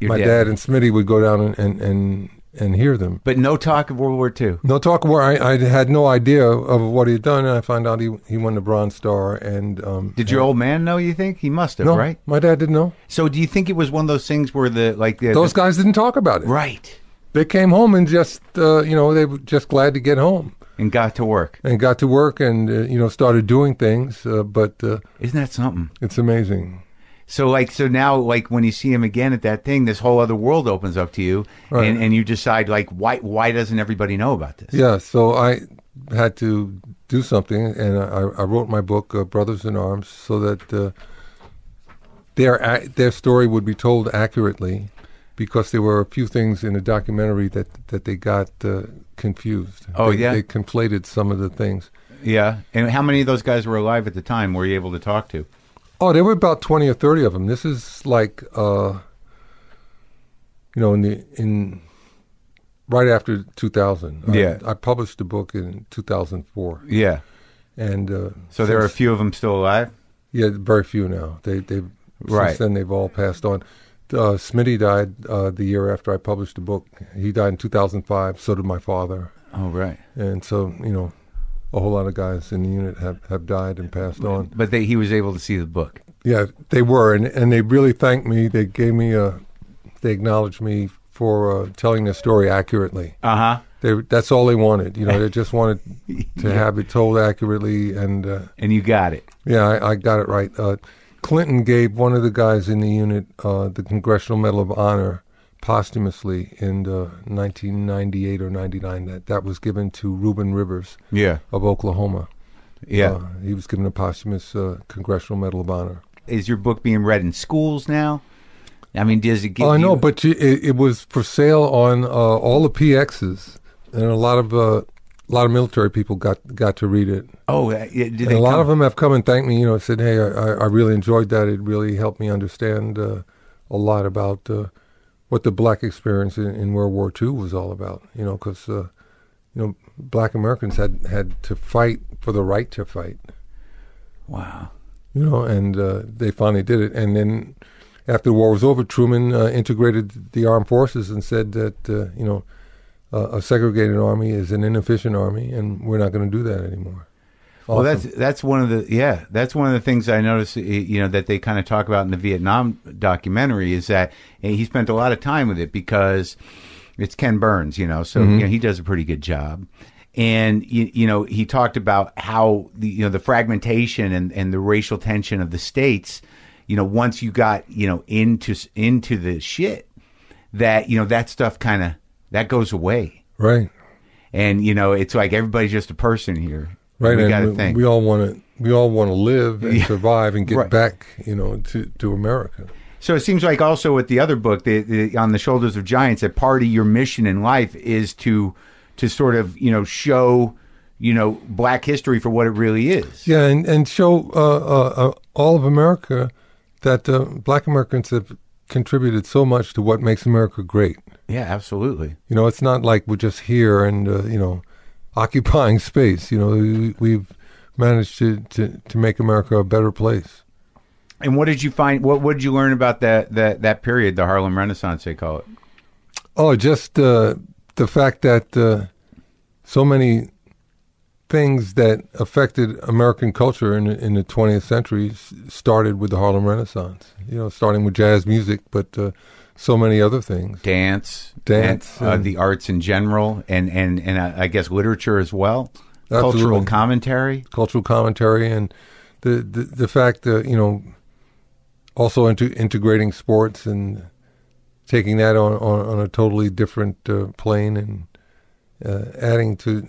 Speaker 1: Your
Speaker 3: my dad and Smitty would go down and and and, and hear them.
Speaker 1: But no talk of World War II.
Speaker 3: No talk war. I, I had no idea of what he had done, and I found out he he won the Bronze Star. And um,
Speaker 1: Did your old man know? You think he must have,
Speaker 3: no,
Speaker 1: right?
Speaker 3: My dad didn't know.
Speaker 1: So, do you think it was one of those things where the like the
Speaker 3: Those
Speaker 1: the-
Speaker 3: guys didn't talk about it.
Speaker 1: right
Speaker 3: They came home and just uh, you know they were just glad to get home
Speaker 1: and got to work?
Speaker 3: and got to work and uh, you know started doing things. Uh, but uh,
Speaker 1: Isn't that something?
Speaker 3: it's amazing.
Speaker 1: So like so now like when you see him again at that thing, this whole other world opens up to you,
Speaker 3: Right.
Speaker 1: and, and you decide like why why doesn't everybody know about this?
Speaker 3: Yeah. So I had to do something, and I, I wrote my book uh, Brothers in Arms so that uh, their ac- their story would be told accurately, because there were a few things in the documentary that that they got uh, confused.
Speaker 1: Oh,
Speaker 3: They-
Speaker 1: yeah?
Speaker 3: they conflated some of the things.
Speaker 1: Yeah. And how many of those guys were alive at the time? Were you able to talk to?
Speaker 3: Oh, there were about twenty or thirty of them. This is like, uh, you know, in the in right after two thousand.
Speaker 1: Yeah.
Speaker 3: I, I published the book in two thousand four,
Speaker 1: Yeah.
Speaker 3: and uh,
Speaker 1: So there are a
Speaker 3: since-
Speaker 1: few of them still alive.
Speaker 3: Yeah, very few now. They they
Speaker 1: Right.
Speaker 3: since then they've all passed on. Uh, Smitty died uh, the year after I published the book. He died in 2005. So did my father,
Speaker 1: Oh right.
Speaker 3: and so you know, a whole lot of guys in the unit have, have died and passed on.
Speaker 1: But they, he was able to see the book.
Speaker 3: Yeah, they were, and and they really thanked me. They gave me a, they acknowledged me for uh, telling the story accurately.
Speaker 1: Uh huh.
Speaker 3: They that's all they wanted. You know, they just wanted to have it told accurately and. Uh,
Speaker 1: And you got it.
Speaker 3: Yeah, I, I got it right. Uh, Clinton gave one of the guys in the unit uh, the Congressional Medal of Honor posthumously in uh, 1998 or 99. That that was given to Reuben Rivers
Speaker 1: Yeah.
Speaker 3: of Oklahoma.
Speaker 1: Yeah.
Speaker 3: Uh, he was given a posthumous uh, Congressional Medal of Honor.
Speaker 1: Is your book being read in schools now? I mean, does it give?
Speaker 3: oh, I
Speaker 1: you-
Speaker 3: know, but you, it, it was for sale on uh, all the PXs, and a lot of uh, a lot of military people got got to read it.
Speaker 1: oh, uh, yeah, did they
Speaker 3: And a lot
Speaker 1: come-
Speaker 3: of them have come and thanked me. You know, said, "Hey, I, I I really enjoyed that. It really helped me understand uh, a lot about uh, what the black experience in, in World War II was all about." You know, because uh, you know, black Americans had had to fight for the right to fight.
Speaker 1: Wow.
Speaker 3: You know, and uh, they finally did it. And then after the war was over, Truman uh, integrated the armed forces and said that uh, you know. Uh, a segregated army is an inefficient army, and we're not going to do that anymore.
Speaker 1: Well,
Speaker 3: Awesome.
Speaker 1: that's that's one of the yeah that's one of the things I noticed y- you know that they kind of talk about in the Vietnam documentary is that and he spent a lot of time with it because it's Ken Burns you know so
Speaker 3: Mm-hmm.
Speaker 1: you know, he does a pretty good job and you, you know he talked about how the, you know the fragmentation and and the racial tension of the states you know once you got you know into s- into the shit that you know that stuff kind of that goes away
Speaker 3: right.
Speaker 1: and you know it's like everybody's just a person here
Speaker 3: Right,
Speaker 1: we
Speaker 3: and
Speaker 1: got to
Speaker 3: we,
Speaker 1: think
Speaker 3: we all want to we all want to live and survive and get
Speaker 1: Right.
Speaker 3: back, you know, to, to America.
Speaker 1: So it seems like also with the other book, the, the, on the shoulders of giants, that part of your mission in life is to to sort of you know show you know black history for what it really is.
Speaker 3: Yeah, and and show uh, uh, uh, all of America that uh, Black Americans have contributed so much to what makes America great.
Speaker 1: Yeah, absolutely.
Speaker 3: You know, it's not like we're just here and uh, you know occupying space. You know, we, we've managed to, to to make America a better place.
Speaker 1: And what did you find? What what did you learn about that that that period, the Harlem Renaissance, they call it?
Speaker 3: Oh, just uh, the fact that uh, so many things that affected American culture in, in the 20th century s- started with the Harlem Renaissance. You know, starting with jazz music, but uh, so many other things.
Speaker 1: Dance,
Speaker 3: Dance,
Speaker 1: and, uh,
Speaker 3: and-
Speaker 1: the arts in general, and and and uh, I guess literature as well, cultural
Speaker 3: Absolutely.
Speaker 1: commentary.
Speaker 3: cultural commentary and the the, the fact that you know also into integrating sports and taking that on, on, on a totally different uh, plane and uh, adding to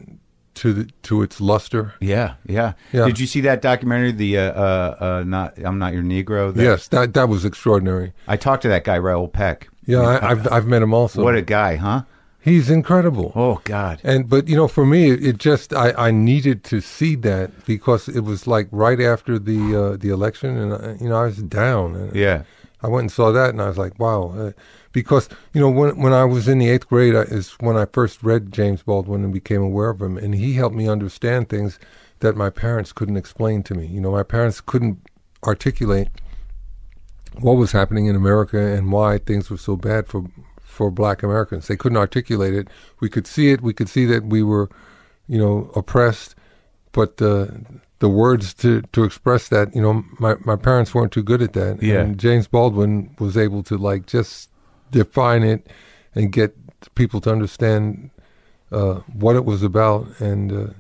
Speaker 3: to the, to its luster.
Speaker 1: Yeah, yeah,
Speaker 3: Yeah.
Speaker 1: Did you see that documentary? The uh, uh, uh, not I'm not your Negro. That,
Speaker 3: Yes, that that was extraordinary.
Speaker 1: I talked to that guy Raoul Peck. Uh,
Speaker 3: Yeah, I, I've I've met him also.
Speaker 1: what a guy, huh?
Speaker 3: He's incredible.
Speaker 1: Oh God.
Speaker 3: And but you know, for me, it, it just I, I needed to see that because it was like right after the uh, the election, and I, you know I was down. And
Speaker 1: Yeah,
Speaker 3: I went and saw that, and I was like, wow, uh, because you know when when I was in the eighth grade I, is when I first read James Baldwin and became aware of him, and he helped me understand things that my parents couldn't explain to me. You know, my parents couldn't articulate what was happening in America and why things were so bad for for black Americans. They couldn't articulate it. We could see it. We could see that we were, you know, oppressed, but the the words to, to express that, you know, my, my parents weren't too good at that.
Speaker 1: Yeah.
Speaker 3: And James Baldwin was able to like just define it and get people to understand uh, what it was about and uh,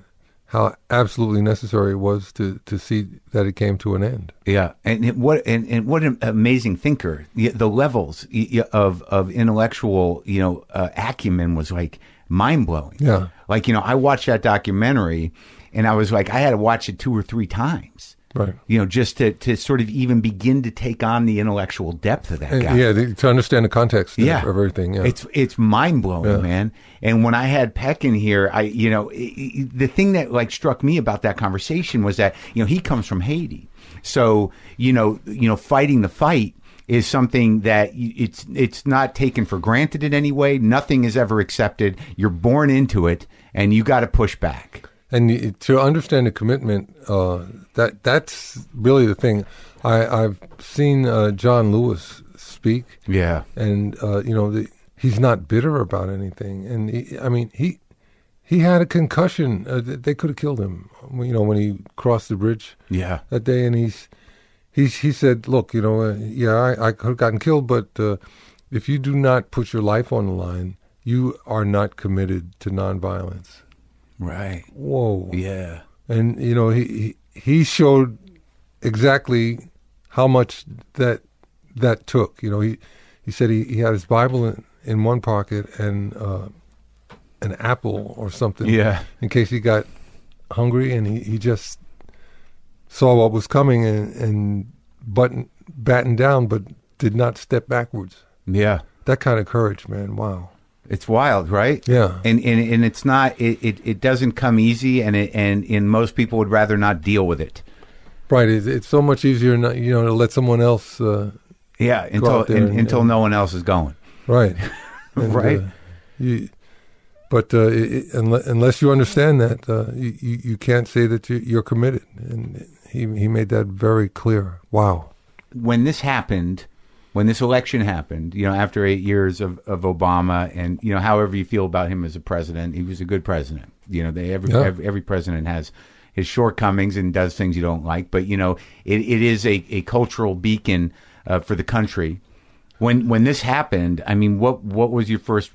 Speaker 3: how absolutely necessary it was to, to see that it came to an end.
Speaker 1: yeah. And it- what and, and what an amazing thinker. The, the levels y- y- of of intellectual you know uh, acumen was like mind blowing.
Speaker 3: Yeah.
Speaker 1: Like you know, I watched that documentary, and I was like, I had to watch it two or three times.
Speaker 3: Right.
Speaker 1: You know, just to, to sort of even begin to take on the intellectual depth of that
Speaker 3: And,
Speaker 1: guy.
Speaker 3: Uh, yeah, the, to understand the context of-
Speaker 1: yeah.
Speaker 3: of everything. Yeah.
Speaker 1: It's it's mind blowing, man. And when I had Peck in here, I you know i i the thing that like struck me about that conversation was that you know he comes from Haiti, so you know you know fighting the fight is something that y- it's it's not taken for granted in any way. Nothing is ever accepted. You're born into it, and you got to push back.
Speaker 3: and y- to understand the commitment, uh, that that's really the thing. I, I've seen uh, John Lewis speak,
Speaker 1: Yeah,
Speaker 3: and uh, you know the, he's not bitter about anything. And he, I mean he he had a concussion; uh, th- they could have killed him. You know when he crossed the bridge
Speaker 1: yeah,
Speaker 3: that day, and he's he's he said, "Look, you know, uh, yeah, I, I could have gotten killed, but uh, if you do not put your life on the line, you are not committed to nonviolence."
Speaker 1: right,
Speaker 3: Whoa!
Speaker 1: yeah,
Speaker 3: and you know he he he showed exactly how much that that took. You know he he said he, he had his Bible in, in one pocket and uh, an apple or something
Speaker 1: yeah,
Speaker 3: in case he got hungry, and he, he just saw what was coming and and button battened down, but did not step backwards.
Speaker 1: yeah.
Speaker 3: That kind of courage, man! Wow.
Speaker 1: It's wild, right?
Speaker 3: Yeah.
Speaker 1: and and, and it's not it, it, it doesn't come easy and it, and and most people would rather not deal with it
Speaker 3: Right, it's, it's so much easier, not, you know, to let someone else. Uh,
Speaker 1: yeah until
Speaker 3: out there
Speaker 1: un-
Speaker 3: and-
Speaker 1: until no one else is going
Speaker 3: Right.
Speaker 1: Right.
Speaker 3: uh, you, but uh, it, unless, unless you understand that, uh, you, you you can't say that you, you're committed. And he he made that very clear. Wow.
Speaker 1: when this happened when this election happened you know after eight years of, of obama and you know however you feel about him as a president he was a good president you know they every
Speaker 3: Yeah.
Speaker 1: every, every president has his shortcomings and does things you don't like but you know it, it is a, a cultural beacon uh, for the country when when this happened i mean what what was your first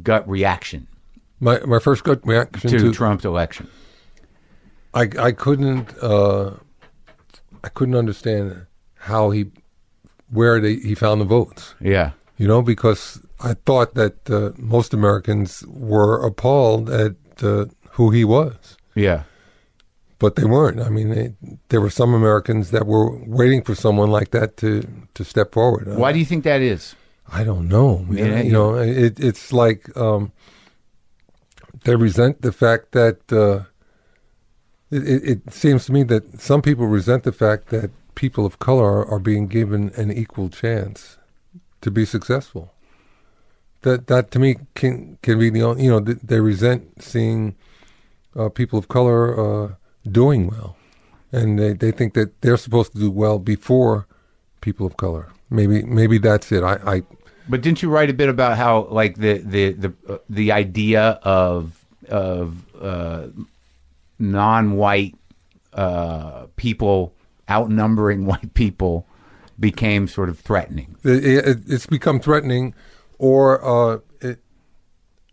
Speaker 1: gut reaction
Speaker 3: My my first gut reaction
Speaker 1: to
Speaker 3: to,
Speaker 1: Trump's election.
Speaker 3: I I couldn't uh, I couldn't understand how he where they, he found the votes.
Speaker 1: Yeah.
Speaker 3: You know, because I thought that uh, most Americans were appalled at uh, who he was.
Speaker 1: Yeah.
Speaker 3: but they weren't. I mean, they, there were some Americans that were waiting for someone like that to, to step forward. Uh,
Speaker 1: Why do you think that is?
Speaker 3: I don't know. man.
Speaker 1: Yeah, yeah.
Speaker 3: you know, it, it's like um, they resent the fact that uh, it, it, it seems to me that some people resent the fact that people of color are, are being given an equal chance to be successful. That that to me can can be the only you know th- they resent seeing uh, people of color uh, doing well, and they, they think that they're supposed to do well before people of color. Maybe maybe that's it. I, I
Speaker 1: But didn't you write a bit about how like the the the uh, the idea of of uh, non-white uh, people outnumbering white people became sort of threatening?
Speaker 3: it, it, it's become threatening, or uh, it,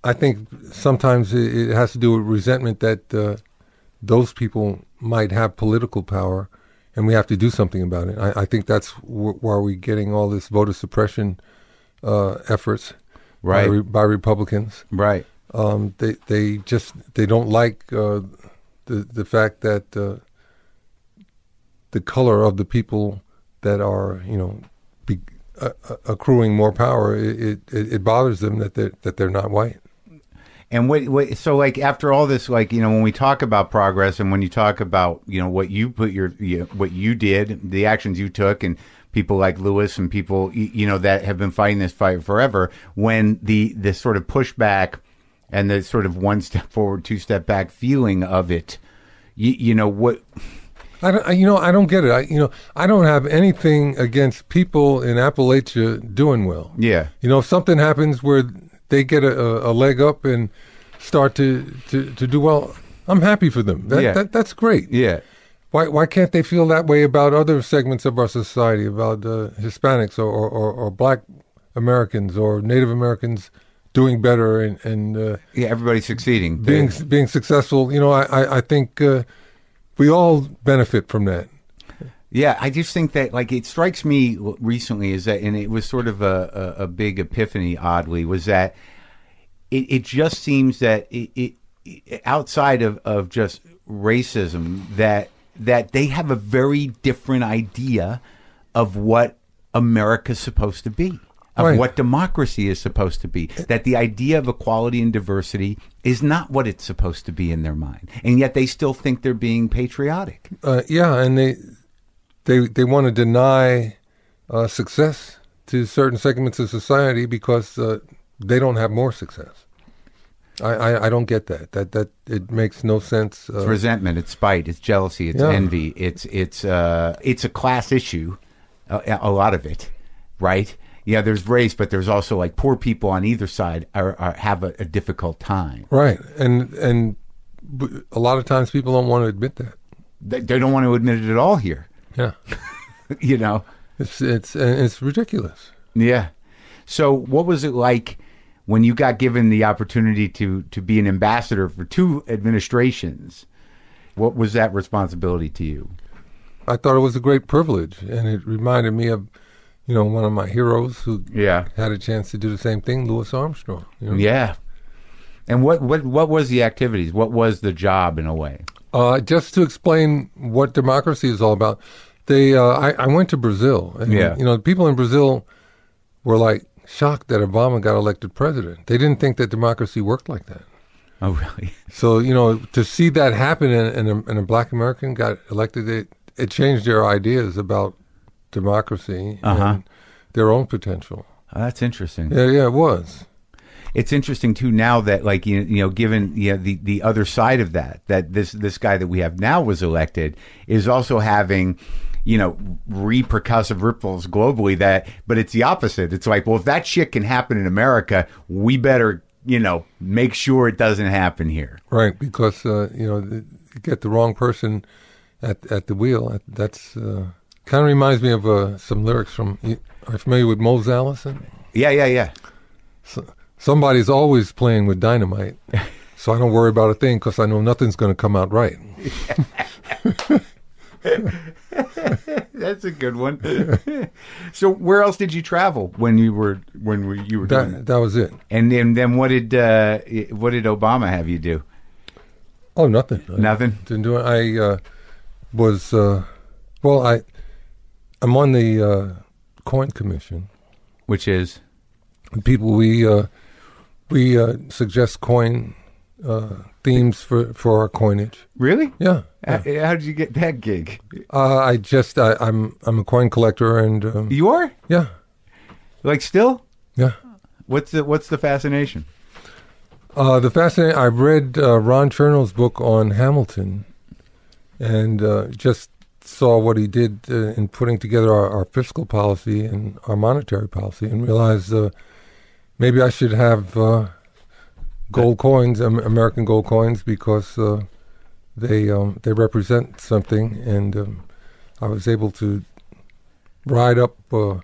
Speaker 3: I think sometimes it, it has to do with resentment that uh, those people might have political power, and we have to do something about it. I, I think that's wh- why we're getting all this voter suppression uh, efforts by,
Speaker 1: Right.
Speaker 3: re- by Republicans.
Speaker 1: Right.
Speaker 3: um, they they just they don't like uh, the the fact that uh, the color of the people that are you know be, uh, uh, accruing more power it, it it bothers them that they that they're not white.
Speaker 1: And what, what, so like after all this, like, you know, when we talk about progress and when you talk about, you know, what you put your, you, what you did, the actions you took and people like Lewis and people, y- you know, that have been fighting this fight forever, when the, the sort of pushback and the sort of one step forward, two step back feeling of it, you, you know, what,
Speaker 3: I don't, I- you know, I don't get it. I, you know, I don't have anything against people in Appalachia doing well.
Speaker 1: yeah.
Speaker 3: You know, if something happens where they get a, a a leg up and start to, to, to do well, I'm happy for them. That,
Speaker 1: Yeah.
Speaker 3: that, that's great.
Speaker 1: Yeah.
Speaker 3: Why, why can't they feel that way about other segments of our society, about uh, Hispanics or, or, or, or black Americans or Native Americans doing better and, and uh,
Speaker 1: Yeah. Everybody's succeeding.
Speaker 3: being, being successful? You know, I, I, I think uh, we all benefit from that.
Speaker 1: Yeah, I just think that like it strikes me w- recently is that, and it was sort of a, a, a big epiphany. Oddly, was that it, it just seems that it, it, it outside of, of just racism that that they have a very different idea of what America's supposed to be. Of
Speaker 3: Right.
Speaker 1: what democracy is supposed to be, that the idea of equality and diversity is not what it's supposed to be in their mind, and yet they still think they're being patriotic.
Speaker 3: Uh, yeah, and they they they want to deny uh, success to certain segments of society because uh, they don't have more success. I, I, I don't get that. That that it makes no sense.
Speaker 1: It's
Speaker 3: Uh,
Speaker 1: resentment. It's spite. It's jealousy. It's
Speaker 3: Yeah.
Speaker 1: envy. It's it's uh, it's a class issue. A, a lot of it, right? Yeah, there's race, but there's also like poor people on either side are, are have a, a difficult time.
Speaker 3: right, and and b- a lot of times people don't want to admit that.
Speaker 1: They, they don't want to admit it at all here.
Speaker 3: Yeah,
Speaker 1: You know.
Speaker 3: it's it's and it's ridiculous.
Speaker 1: Yeah. So, what was it like when you got given the opportunity to to be an ambassador for two administrations? What was that responsibility to you?
Speaker 3: I thought it was a great privilege, and it reminded me of you know one of my heroes who
Speaker 1: Yeah.
Speaker 3: had a chance to do the same thing, Louis Armstrong. you know.
Speaker 1: Yeah. And what, what what was the activities? What was the job in a way?
Speaker 3: Uh, just to explain what democracy is all about, they uh, I, I went to Brazil, and
Speaker 1: Yeah.
Speaker 3: you know, the people in Brazil were like shocked that Obama got elected president. They didn't think that democracy worked like that.
Speaker 1: Oh, really?
Speaker 3: So you know, to see that happen and, and, a, and a black American got elected, it, it changed their ideas about democracy
Speaker 1: Uh-huh.
Speaker 3: and their own potential.
Speaker 1: Oh, that's interesting.
Speaker 3: Yeah, yeah, it was.
Speaker 1: It's interesting too now that like you, you know, given you know, the the other side of that, that this this guy that we have now was elected is also having you know repercussive ripples globally. That but it's the opposite. It's like well, if that shit can happen in America, we better you know make sure it doesn't happen here.
Speaker 3: Right, because uh, you know, th- you get the wrong person at at the wheel. That- That's uh, kind of reminds me of uh, some lyrics from. You, are you familiar with Mose Allison?
Speaker 1: Yeah, yeah, yeah.
Speaker 3: So, somebody's always playing with dynamite, so I don't worry about a thing because I know nothing's going to come out right.
Speaker 1: That's a good one. so, where else did you travel when you were when were, you were doing that?
Speaker 3: That that was it.
Speaker 1: And then, then what did uh, what did Obama have you do?
Speaker 3: Oh, nothing. I
Speaker 1: Nothing.
Speaker 3: didn't do it. I uh, was uh, well. I I'm on the uh, Coin Commission.
Speaker 1: Which is
Speaker 3: The people we uh, we uh, suggest coin uh, themes for, for our coinage.
Speaker 1: really
Speaker 3: Yeah, yeah.
Speaker 1: How, how did you get that gig?
Speaker 3: Uh, I just I, I'm I'm a coin collector and um,
Speaker 1: You are
Speaker 3: yeah
Speaker 1: like still.
Speaker 3: yeah.
Speaker 1: What's the what's the fascination?
Speaker 3: Uh, the fascinating. I read uh, Ron Chernow's book on Hamilton, and uh, just saw what he did uh, in putting together our, our fiscal policy and our monetary policy, and realized uh, maybe I should have uh, gold coins, um, American gold coins, because uh, they um, they represent something, and um, I was able to ride up. Uh,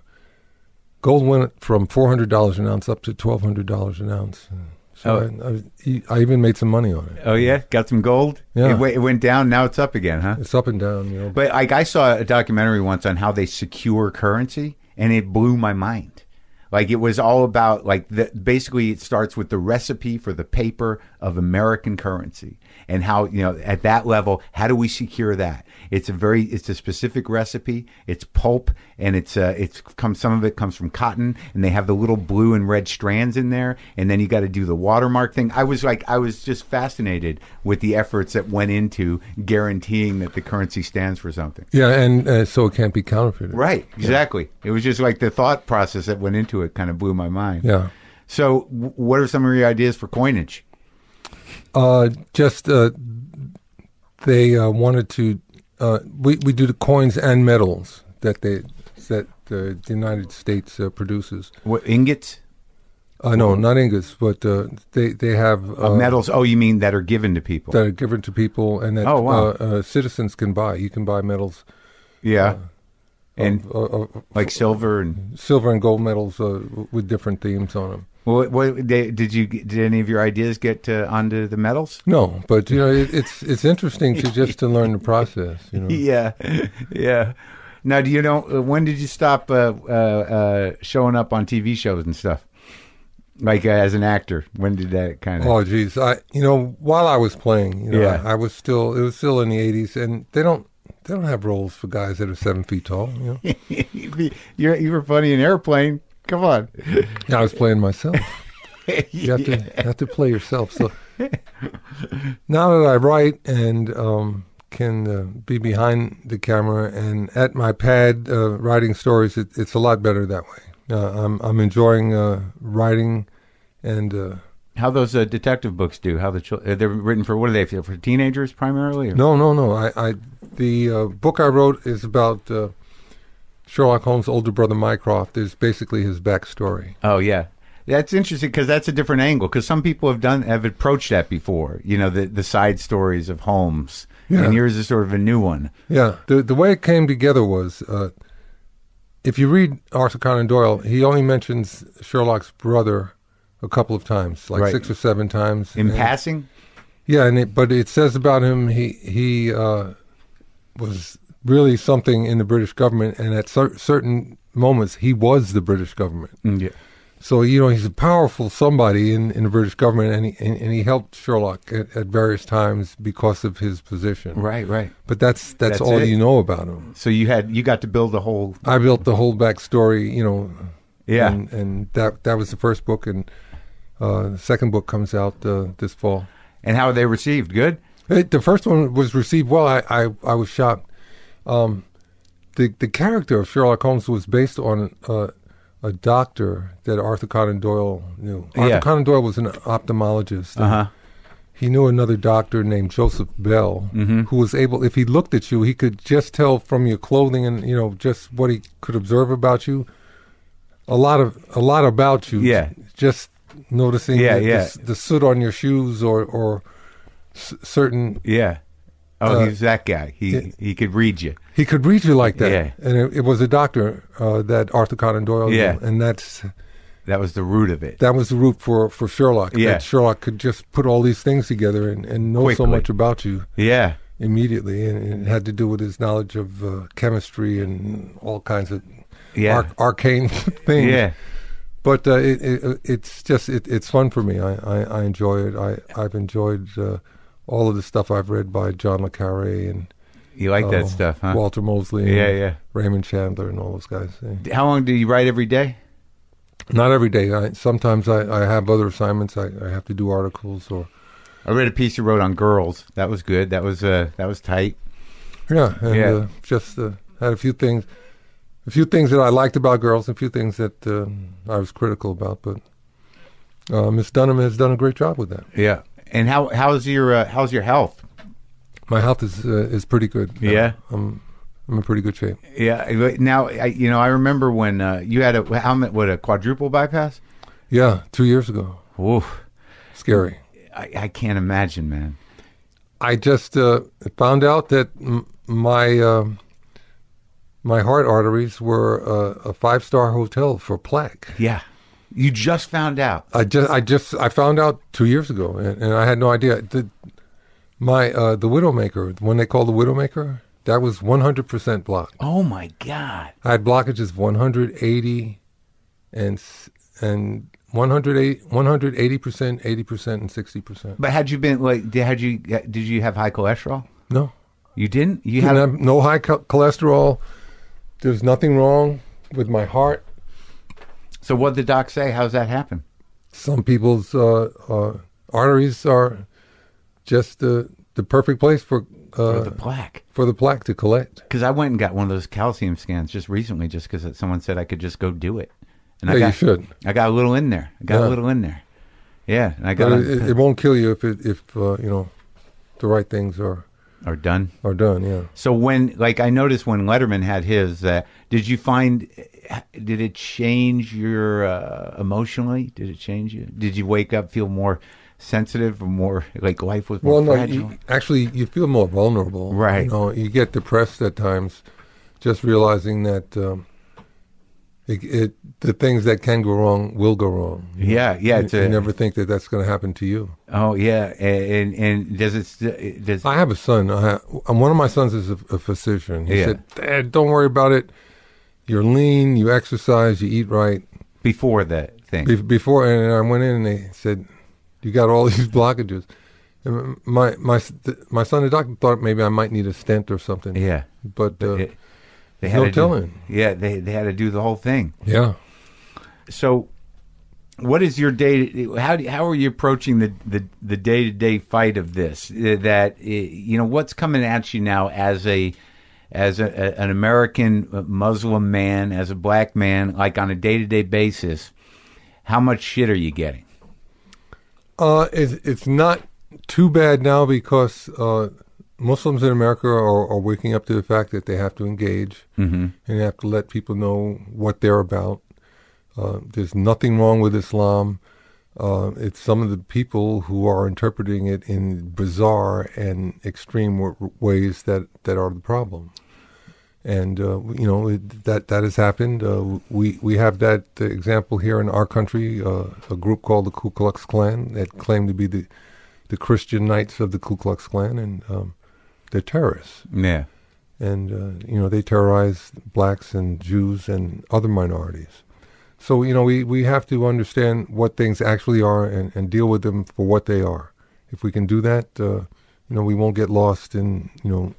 Speaker 3: Gold went from four hundred dollars an ounce up to twelve hundred dollars an ounce. So I, I, I even made some money on it.
Speaker 1: Oh yeah, got some gold.
Speaker 3: Yeah.
Speaker 1: It, wa- it went down. Now it's up again, huh?
Speaker 3: It's up and down, you know.
Speaker 1: But like I saw a documentary once on how they secure currency, and it blew my mind. Like it was all about like the, basically it starts with the recipe for the paper of American currency and how you know at that level how do we secure that? It's a very it's a specific recipe. It's pulp and it's uh, it's comes some of it comes from cotton and they have the little blue and red strands in there and then you got to do the watermark thing. I was like I was just fascinated with the efforts that went into guaranteeing that the currency stands for something.
Speaker 3: Yeah, and uh, so it can't be counterfeited.
Speaker 1: Right, exactly. It was just like the thought process that went into it kind of blew my mind.
Speaker 3: Yeah.
Speaker 1: So, w- what are some of your ideas for coinage?
Speaker 3: Uh, just uh, they uh, wanted to. Uh, we we do the coins and medals that they that uh, the United States uh, produces.
Speaker 1: What ingots,
Speaker 3: Uh, no,
Speaker 1: Mm-hmm.
Speaker 3: not ingots, but uh, they they have
Speaker 1: uh,
Speaker 3: uh,
Speaker 1: medals? Oh, you mean that are given to people?
Speaker 3: that are given to people and that
Speaker 1: Oh, wow.
Speaker 3: uh, uh, citizens can buy. You can buy medals
Speaker 1: yeah, and
Speaker 3: of, of, of
Speaker 1: like silver and
Speaker 3: silver and gold medals uh, with different themes on them.
Speaker 1: what, what they, did you did any of your ideas get uh, onto the medals?
Speaker 3: No, but you know it, it's it's interesting to just to learn the process. You know.
Speaker 1: Yeah, yeah. Now, do you know uh, when did you stop uh, uh, uh, showing up on TV shows and stuff? Like uh, as an actor, when did that kind of?
Speaker 3: Oh geez, I you know while I was playing, you know,
Speaker 1: Yeah.
Speaker 3: I, I was still it was still in the eighties, and they don't they don't have roles for guys that are seven feet tall. You know,
Speaker 1: You're, you were funny in airplane. Come on.
Speaker 3: I was playing myself. You have to you have to play yourself. So now that I write and um, can uh, be behind the camera and at my pad uh, writing stories, it, it's a lot better that way. Uh, I'm I'm enjoying uh, writing and. Uh,
Speaker 1: How those uh, detective books do? How the chil- uh, they're written for? What are they for? For teenagers primarily? or-
Speaker 3: No, no, no. I, I the uh, book I wrote is about uh, Sherlock Holmes' older brother Mycroft. Is basically his backstory.
Speaker 1: Oh yeah, that's interesting because that's a different angle. Because some people have done have approached that before. You know, the the side stories of Holmes,
Speaker 3: Yeah.
Speaker 1: and yours is sort of a new one.
Speaker 3: Yeah. The the way it came together was, uh, if you read Arthur Conan Doyle, he only mentions Sherlock's brother a couple of times, like
Speaker 1: Right.
Speaker 3: six or seven times.
Speaker 1: In
Speaker 3: And-
Speaker 1: passing,
Speaker 3: Yeah, and it, but it says about him he he uh, was really something in the British government, and at cer- certain moments he was the British government.
Speaker 1: Mm, yeah.
Speaker 3: So you know he's a powerful somebody in, in the British government, and he and, and he helped Sherlock at, at various times because of his position.
Speaker 1: right, right.
Speaker 3: But that's that's,
Speaker 1: That's
Speaker 3: all
Speaker 1: it.
Speaker 3: you know about him.
Speaker 1: So you had you got to build a whole
Speaker 3: I built the whole backstory, you know.
Speaker 1: yeah.
Speaker 3: And, and that that was the first book, and uh, the second book comes out uh, this fall.
Speaker 1: And how are they received? Good.
Speaker 3: It, the first one was received well. I I, I was shocked. Um, the the character of Sherlock Holmes was based on uh, a doctor that Arthur Conan Doyle knew. Arthur
Speaker 1: Yeah.
Speaker 3: Conan Doyle was an ophthalmologist. and
Speaker 1: Uh huh.
Speaker 3: He knew another doctor named Joseph Bell,
Speaker 1: Mm-hmm.
Speaker 3: who was able, if he looked at you, he could just tell from your clothing and you know just what he could observe about you, a lot of a lot about you.
Speaker 1: Yeah.
Speaker 3: just noticing
Speaker 1: Yeah,
Speaker 3: the, the
Speaker 1: yeah.
Speaker 3: s- The, soot on your shoes or or s- certain
Speaker 1: Yeah. Oh,
Speaker 3: Uh,
Speaker 1: he was that guy. He
Speaker 3: it-
Speaker 1: he could read you.
Speaker 3: He could read you like that.
Speaker 1: Yeah.
Speaker 3: And it, it was a doctor uh, that Arthur Conan Doyle knew.
Speaker 1: Yeah.
Speaker 3: And that's
Speaker 1: That was the root of it.
Speaker 3: that was the root for, for Sherlock.
Speaker 1: Yeah.
Speaker 3: That Sherlock could just put all these things together and, and know
Speaker 1: Quickly.
Speaker 3: so much about you
Speaker 1: yeah.
Speaker 3: immediately. And, and it had to do with his knowledge of uh, chemistry and all kinds of
Speaker 1: Yeah.
Speaker 3: arc- arcane things.
Speaker 1: Yeah.
Speaker 3: But uh, it, it, it's just, it, it's fun for me. I, I, I enjoy it. I, I've enjoyed uh, all of the stuff I've read by John Le Carre and
Speaker 1: You like
Speaker 3: uh,
Speaker 1: that stuff, huh?
Speaker 3: Walter Mosley. and
Speaker 1: yeah, yeah.
Speaker 3: Raymond Chandler and all those guys. yeah.
Speaker 1: How long do you write every day?
Speaker 3: Not every day. I, sometimes I, I have other assignments. I, I have to do articles or
Speaker 1: I read a piece you wrote on girls. That was good. That was uh, that was tight.
Speaker 3: yeah, and
Speaker 1: Yeah.
Speaker 3: Uh, just uh, had a few things, a few things that I liked about girls, and a few things that uh, I was critical about. But uh, Miss Dunham has done a great job with that.
Speaker 1: Yeah. And how how's your uh, how's your health?
Speaker 3: My health is uh, is pretty good. now.
Speaker 1: Yeah.
Speaker 3: I'm I'm in pretty good shape.
Speaker 1: Uh, Yeah. but Now I, you know I remember when uh, you had a how many, what a quadruple bypass.
Speaker 3: Yeah, two years ago,
Speaker 1: Oof.
Speaker 3: scary.
Speaker 1: I, I can't imagine, man.
Speaker 3: I just uh, found out that m- my um my heart arteries were uh, a five star hotel for plaque.
Speaker 1: Yeah. You just found out.
Speaker 3: I just, I just, I found out two years ago, and, and I had no idea. The, my uh, the Widowmaker, when they call the Widowmaker, that was 100% blocked.
Speaker 1: Oh my god.
Speaker 3: I had blockages of 180 and s- and 180 percent, eighty percent, and sixty percent.
Speaker 1: But had you been like, did, had you uh, did you have high cholesterol?
Speaker 3: No,
Speaker 1: You didn't. You
Speaker 3: Didn't
Speaker 1: had
Speaker 3: have no high cho- cholesterol. There's nothing wrong with my heart.
Speaker 1: so. What did the doc say? How's that happen?
Speaker 3: Some people's uh, uh, arteries are just the the perfect place for uh,
Speaker 1: Or the plaque.
Speaker 3: for the plaque to collect.
Speaker 1: Because I went and got one of those calcium scans just recently, just because someone said I could just go do it. And I
Speaker 3: Yeah,
Speaker 1: got,
Speaker 3: you should.
Speaker 1: I got a little in there. I got
Speaker 3: Yeah.
Speaker 1: a little in there. Yeah, and I got
Speaker 3: But it,
Speaker 1: on,
Speaker 3: it, it won't kill you if it, if uh, you know the right things are
Speaker 1: or done.
Speaker 3: are done. Yeah.
Speaker 1: So when, like, I noticed when Letterman had his, uh, did you find, did it change your uh, emotionally? Did it change you? Did you wake up feel more sensitive, or more like life was more
Speaker 3: Well, no,
Speaker 1: fragile?
Speaker 3: you, actually, you feel more vulnerable.
Speaker 1: Right.
Speaker 3: You, know, you get depressed at times, just realizing that um, it, it, the things that can go wrong will go wrong.
Speaker 1: yeah, yeah. It's
Speaker 3: you,
Speaker 1: a,
Speaker 3: never think that that's going to happen to you.
Speaker 1: oh, yeah. And and, and does it st- does
Speaker 3: I have a son. I have, and one of my sons is a, a physician. He
Speaker 1: Yeah.
Speaker 3: said, "Dad, don't worry about it. You're lean. You exercise. You eat right."
Speaker 1: before that thing?
Speaker 3: Be- before, and I went in and they said, "You got all these blockages." And my my s- th- my son, the doctor thought maybe I might need a stent or something.
Speaker 1: yeah.
Speaker 3: But uh,
Speaker 1: It- they
Speaker 3: there's
Speaker 1: had
Speaker 3: no
Speaker 1: to do-
Speaker 3: telling.
Speaker 1: yeah, they they had to do the whole thing.
Speaker 3: yeah,
Speaker 1: So, what is your day? How do- how are you approaching the the the day to day fight of this? Uh, That uh, you know what's coming at you now as a as a, a- an American uh, Muslim man, as a black man, like on a day to day basis, how much shit are you getting?
Speaker 3: uh, it's it's not too bad now because uh, Muslims in America are, are waking up to the fact that they have to engage and have to let people know what they're about. Uh, there's nothing wrong with Islam. Uh, it's some of the people who are interpreting it in bizarre and extreme w- ways that, that are the problem. And uh, you know it, that that has happened. Uh, we we have that uh, example here in our country. Uh, a group called the Ku Klux Klan that claimed to be the the Christian Knights of the Ku Klux Klan, and um, they're terrorists
Speaker 1: Yeah,
Speaker 3: and uh, you know they terrorize blacks and Jews and other minorities. So you know we, we have to understand what things actually are and, and deal with them for what they are. If we can do that, uh, you know we won't get lost in you know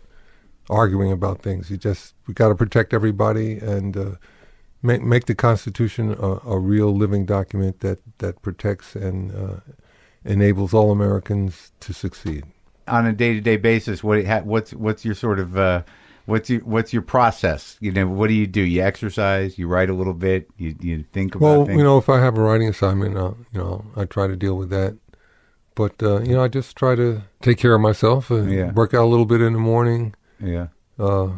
Speaker 3: arguing about things. You just we got to protect everybody and uh, make make the Constitution a, a real living document that that protects and uh, enables all Americans to succeed.
Speaker 1: on a day to day basis, what ha- what's what's your sort of uh, what's your what's your process? You know, what do you do? You exercise, you write a little bit, you you think about
Speaker 3: Well,
Speaker 1: things.
Speaker 3: you know, if I have a writing assignment, I'll, you know, I try to deal with that. But uh, you know, I just try to take care of myself and
Speaker 1: Yeah.
Speaker 3: work out a little bit in the morning.
Speaker 1: yeah.
Speaker 3: Uh,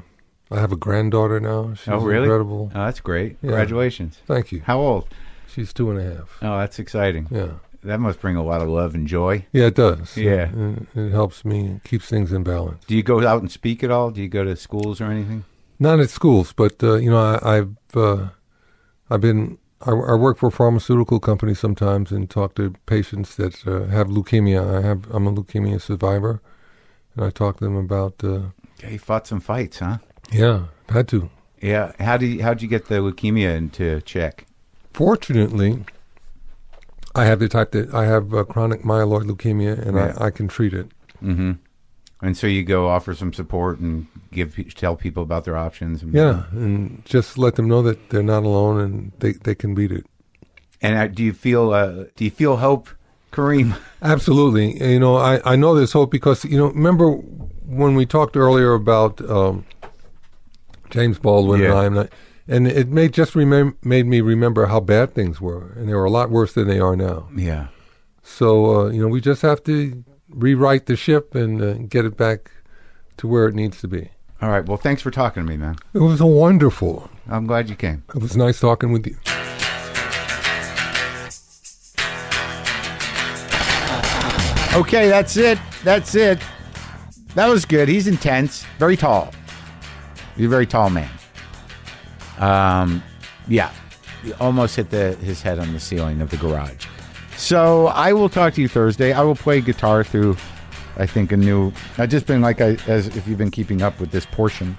Speaker 3: I have a granddaughter now. She's
Speaker 1: Oh, really?
Speaker 3: incredible.
Speaker 1: Oh, that's great.
Speaker 3: Yeah.
Speaker 1: Congratulations.
Speaker 3: Thank you.
Speaker 1: How old?
Speaker 3: She's two and a half.
Speaker 1: Oh, that's exciting.
Speaker 3: Yeah,
Speaker 1: That must bring a lot of love and joy.
Speaker 3: yeah, it does.
Speaker 1: Yeah.
Speaker 3: it, it helps me and keeps things in balance.
Speaker 1: Do you go out and speak at all? Do you go to schools or anything?
Speaker 3: Not at schools, but uh, you know, I, I've uh, I've been I, I work for a pharmaceutical company sometimes and talk to patients that uh, have leukemia. I have I'm a leukemia survivor, and I talk to them about uh,
Speaker 1: Yeah, you fought some fights, huh?
Speaker 3: yeah, had to.
Speaker 1: Yeah. How do you, how'd you get the leukemia into check?
Speaker 3: Fortunately, I have the type that I have uh, chronic myeloid leukemia, and
Speaker 1: Yeah.
Speaker 3: I, I can treat it.
Speaker 1: Mm-hmm. And so you go offer some support and give pe- tell people about their options. And,
Speaker 3: Yeah, and just let them know that they're not alone and they, they can beat it.
Speaker 1: And uh, do you feel uh, do you feel hope, Kareem?
Speaker 3: Absolutely. You know, I, I know there's hope because, you know, remember when we talked earlier about um, James Baldwin
Speaker 1: Yeah.
Speaker 3: and I, and I, and it made just remem- made me remember how bad things were, and they were a lot worse than they are now.
Speaker 1: yeah.
Speaker 3: So, uh, you know, we just have to rewrite the ship and uh, get it back to where it needs to be.
Speaker 1: All right. Well, thanks for talking to me, man.
Speaker 3: It was a wonderful.
Speaker 1: I'm glad you came.
Speaker 3: It was nice talking with you.
Speaker 1: Okay, that's it. That's it. That was good. He's intense, very tall. He's a very tall man. Um, yeah, he almost hit the his head on the ceiling of the garage. So I will talk to you Thursday. I will play guitar through. I think a new. I've just been like I, as if you've been keeping up with this portion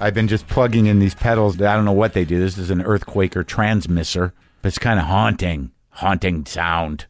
Speaker 1: I've been just plugging in these pedals. I don't know what they do. This is an earthquaker transmitter, but it's kind of haunting, haunting sound.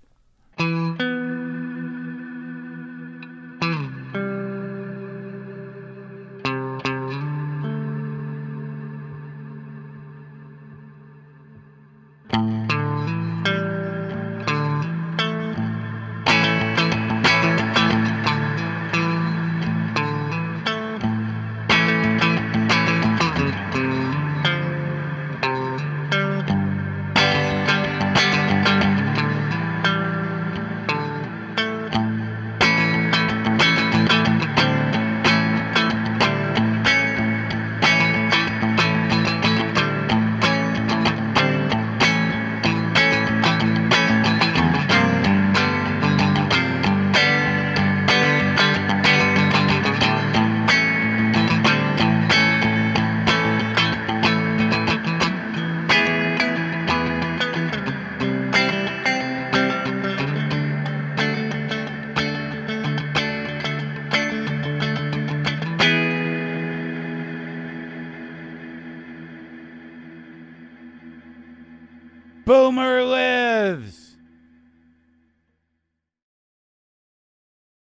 Speaker 1: Boomer lives.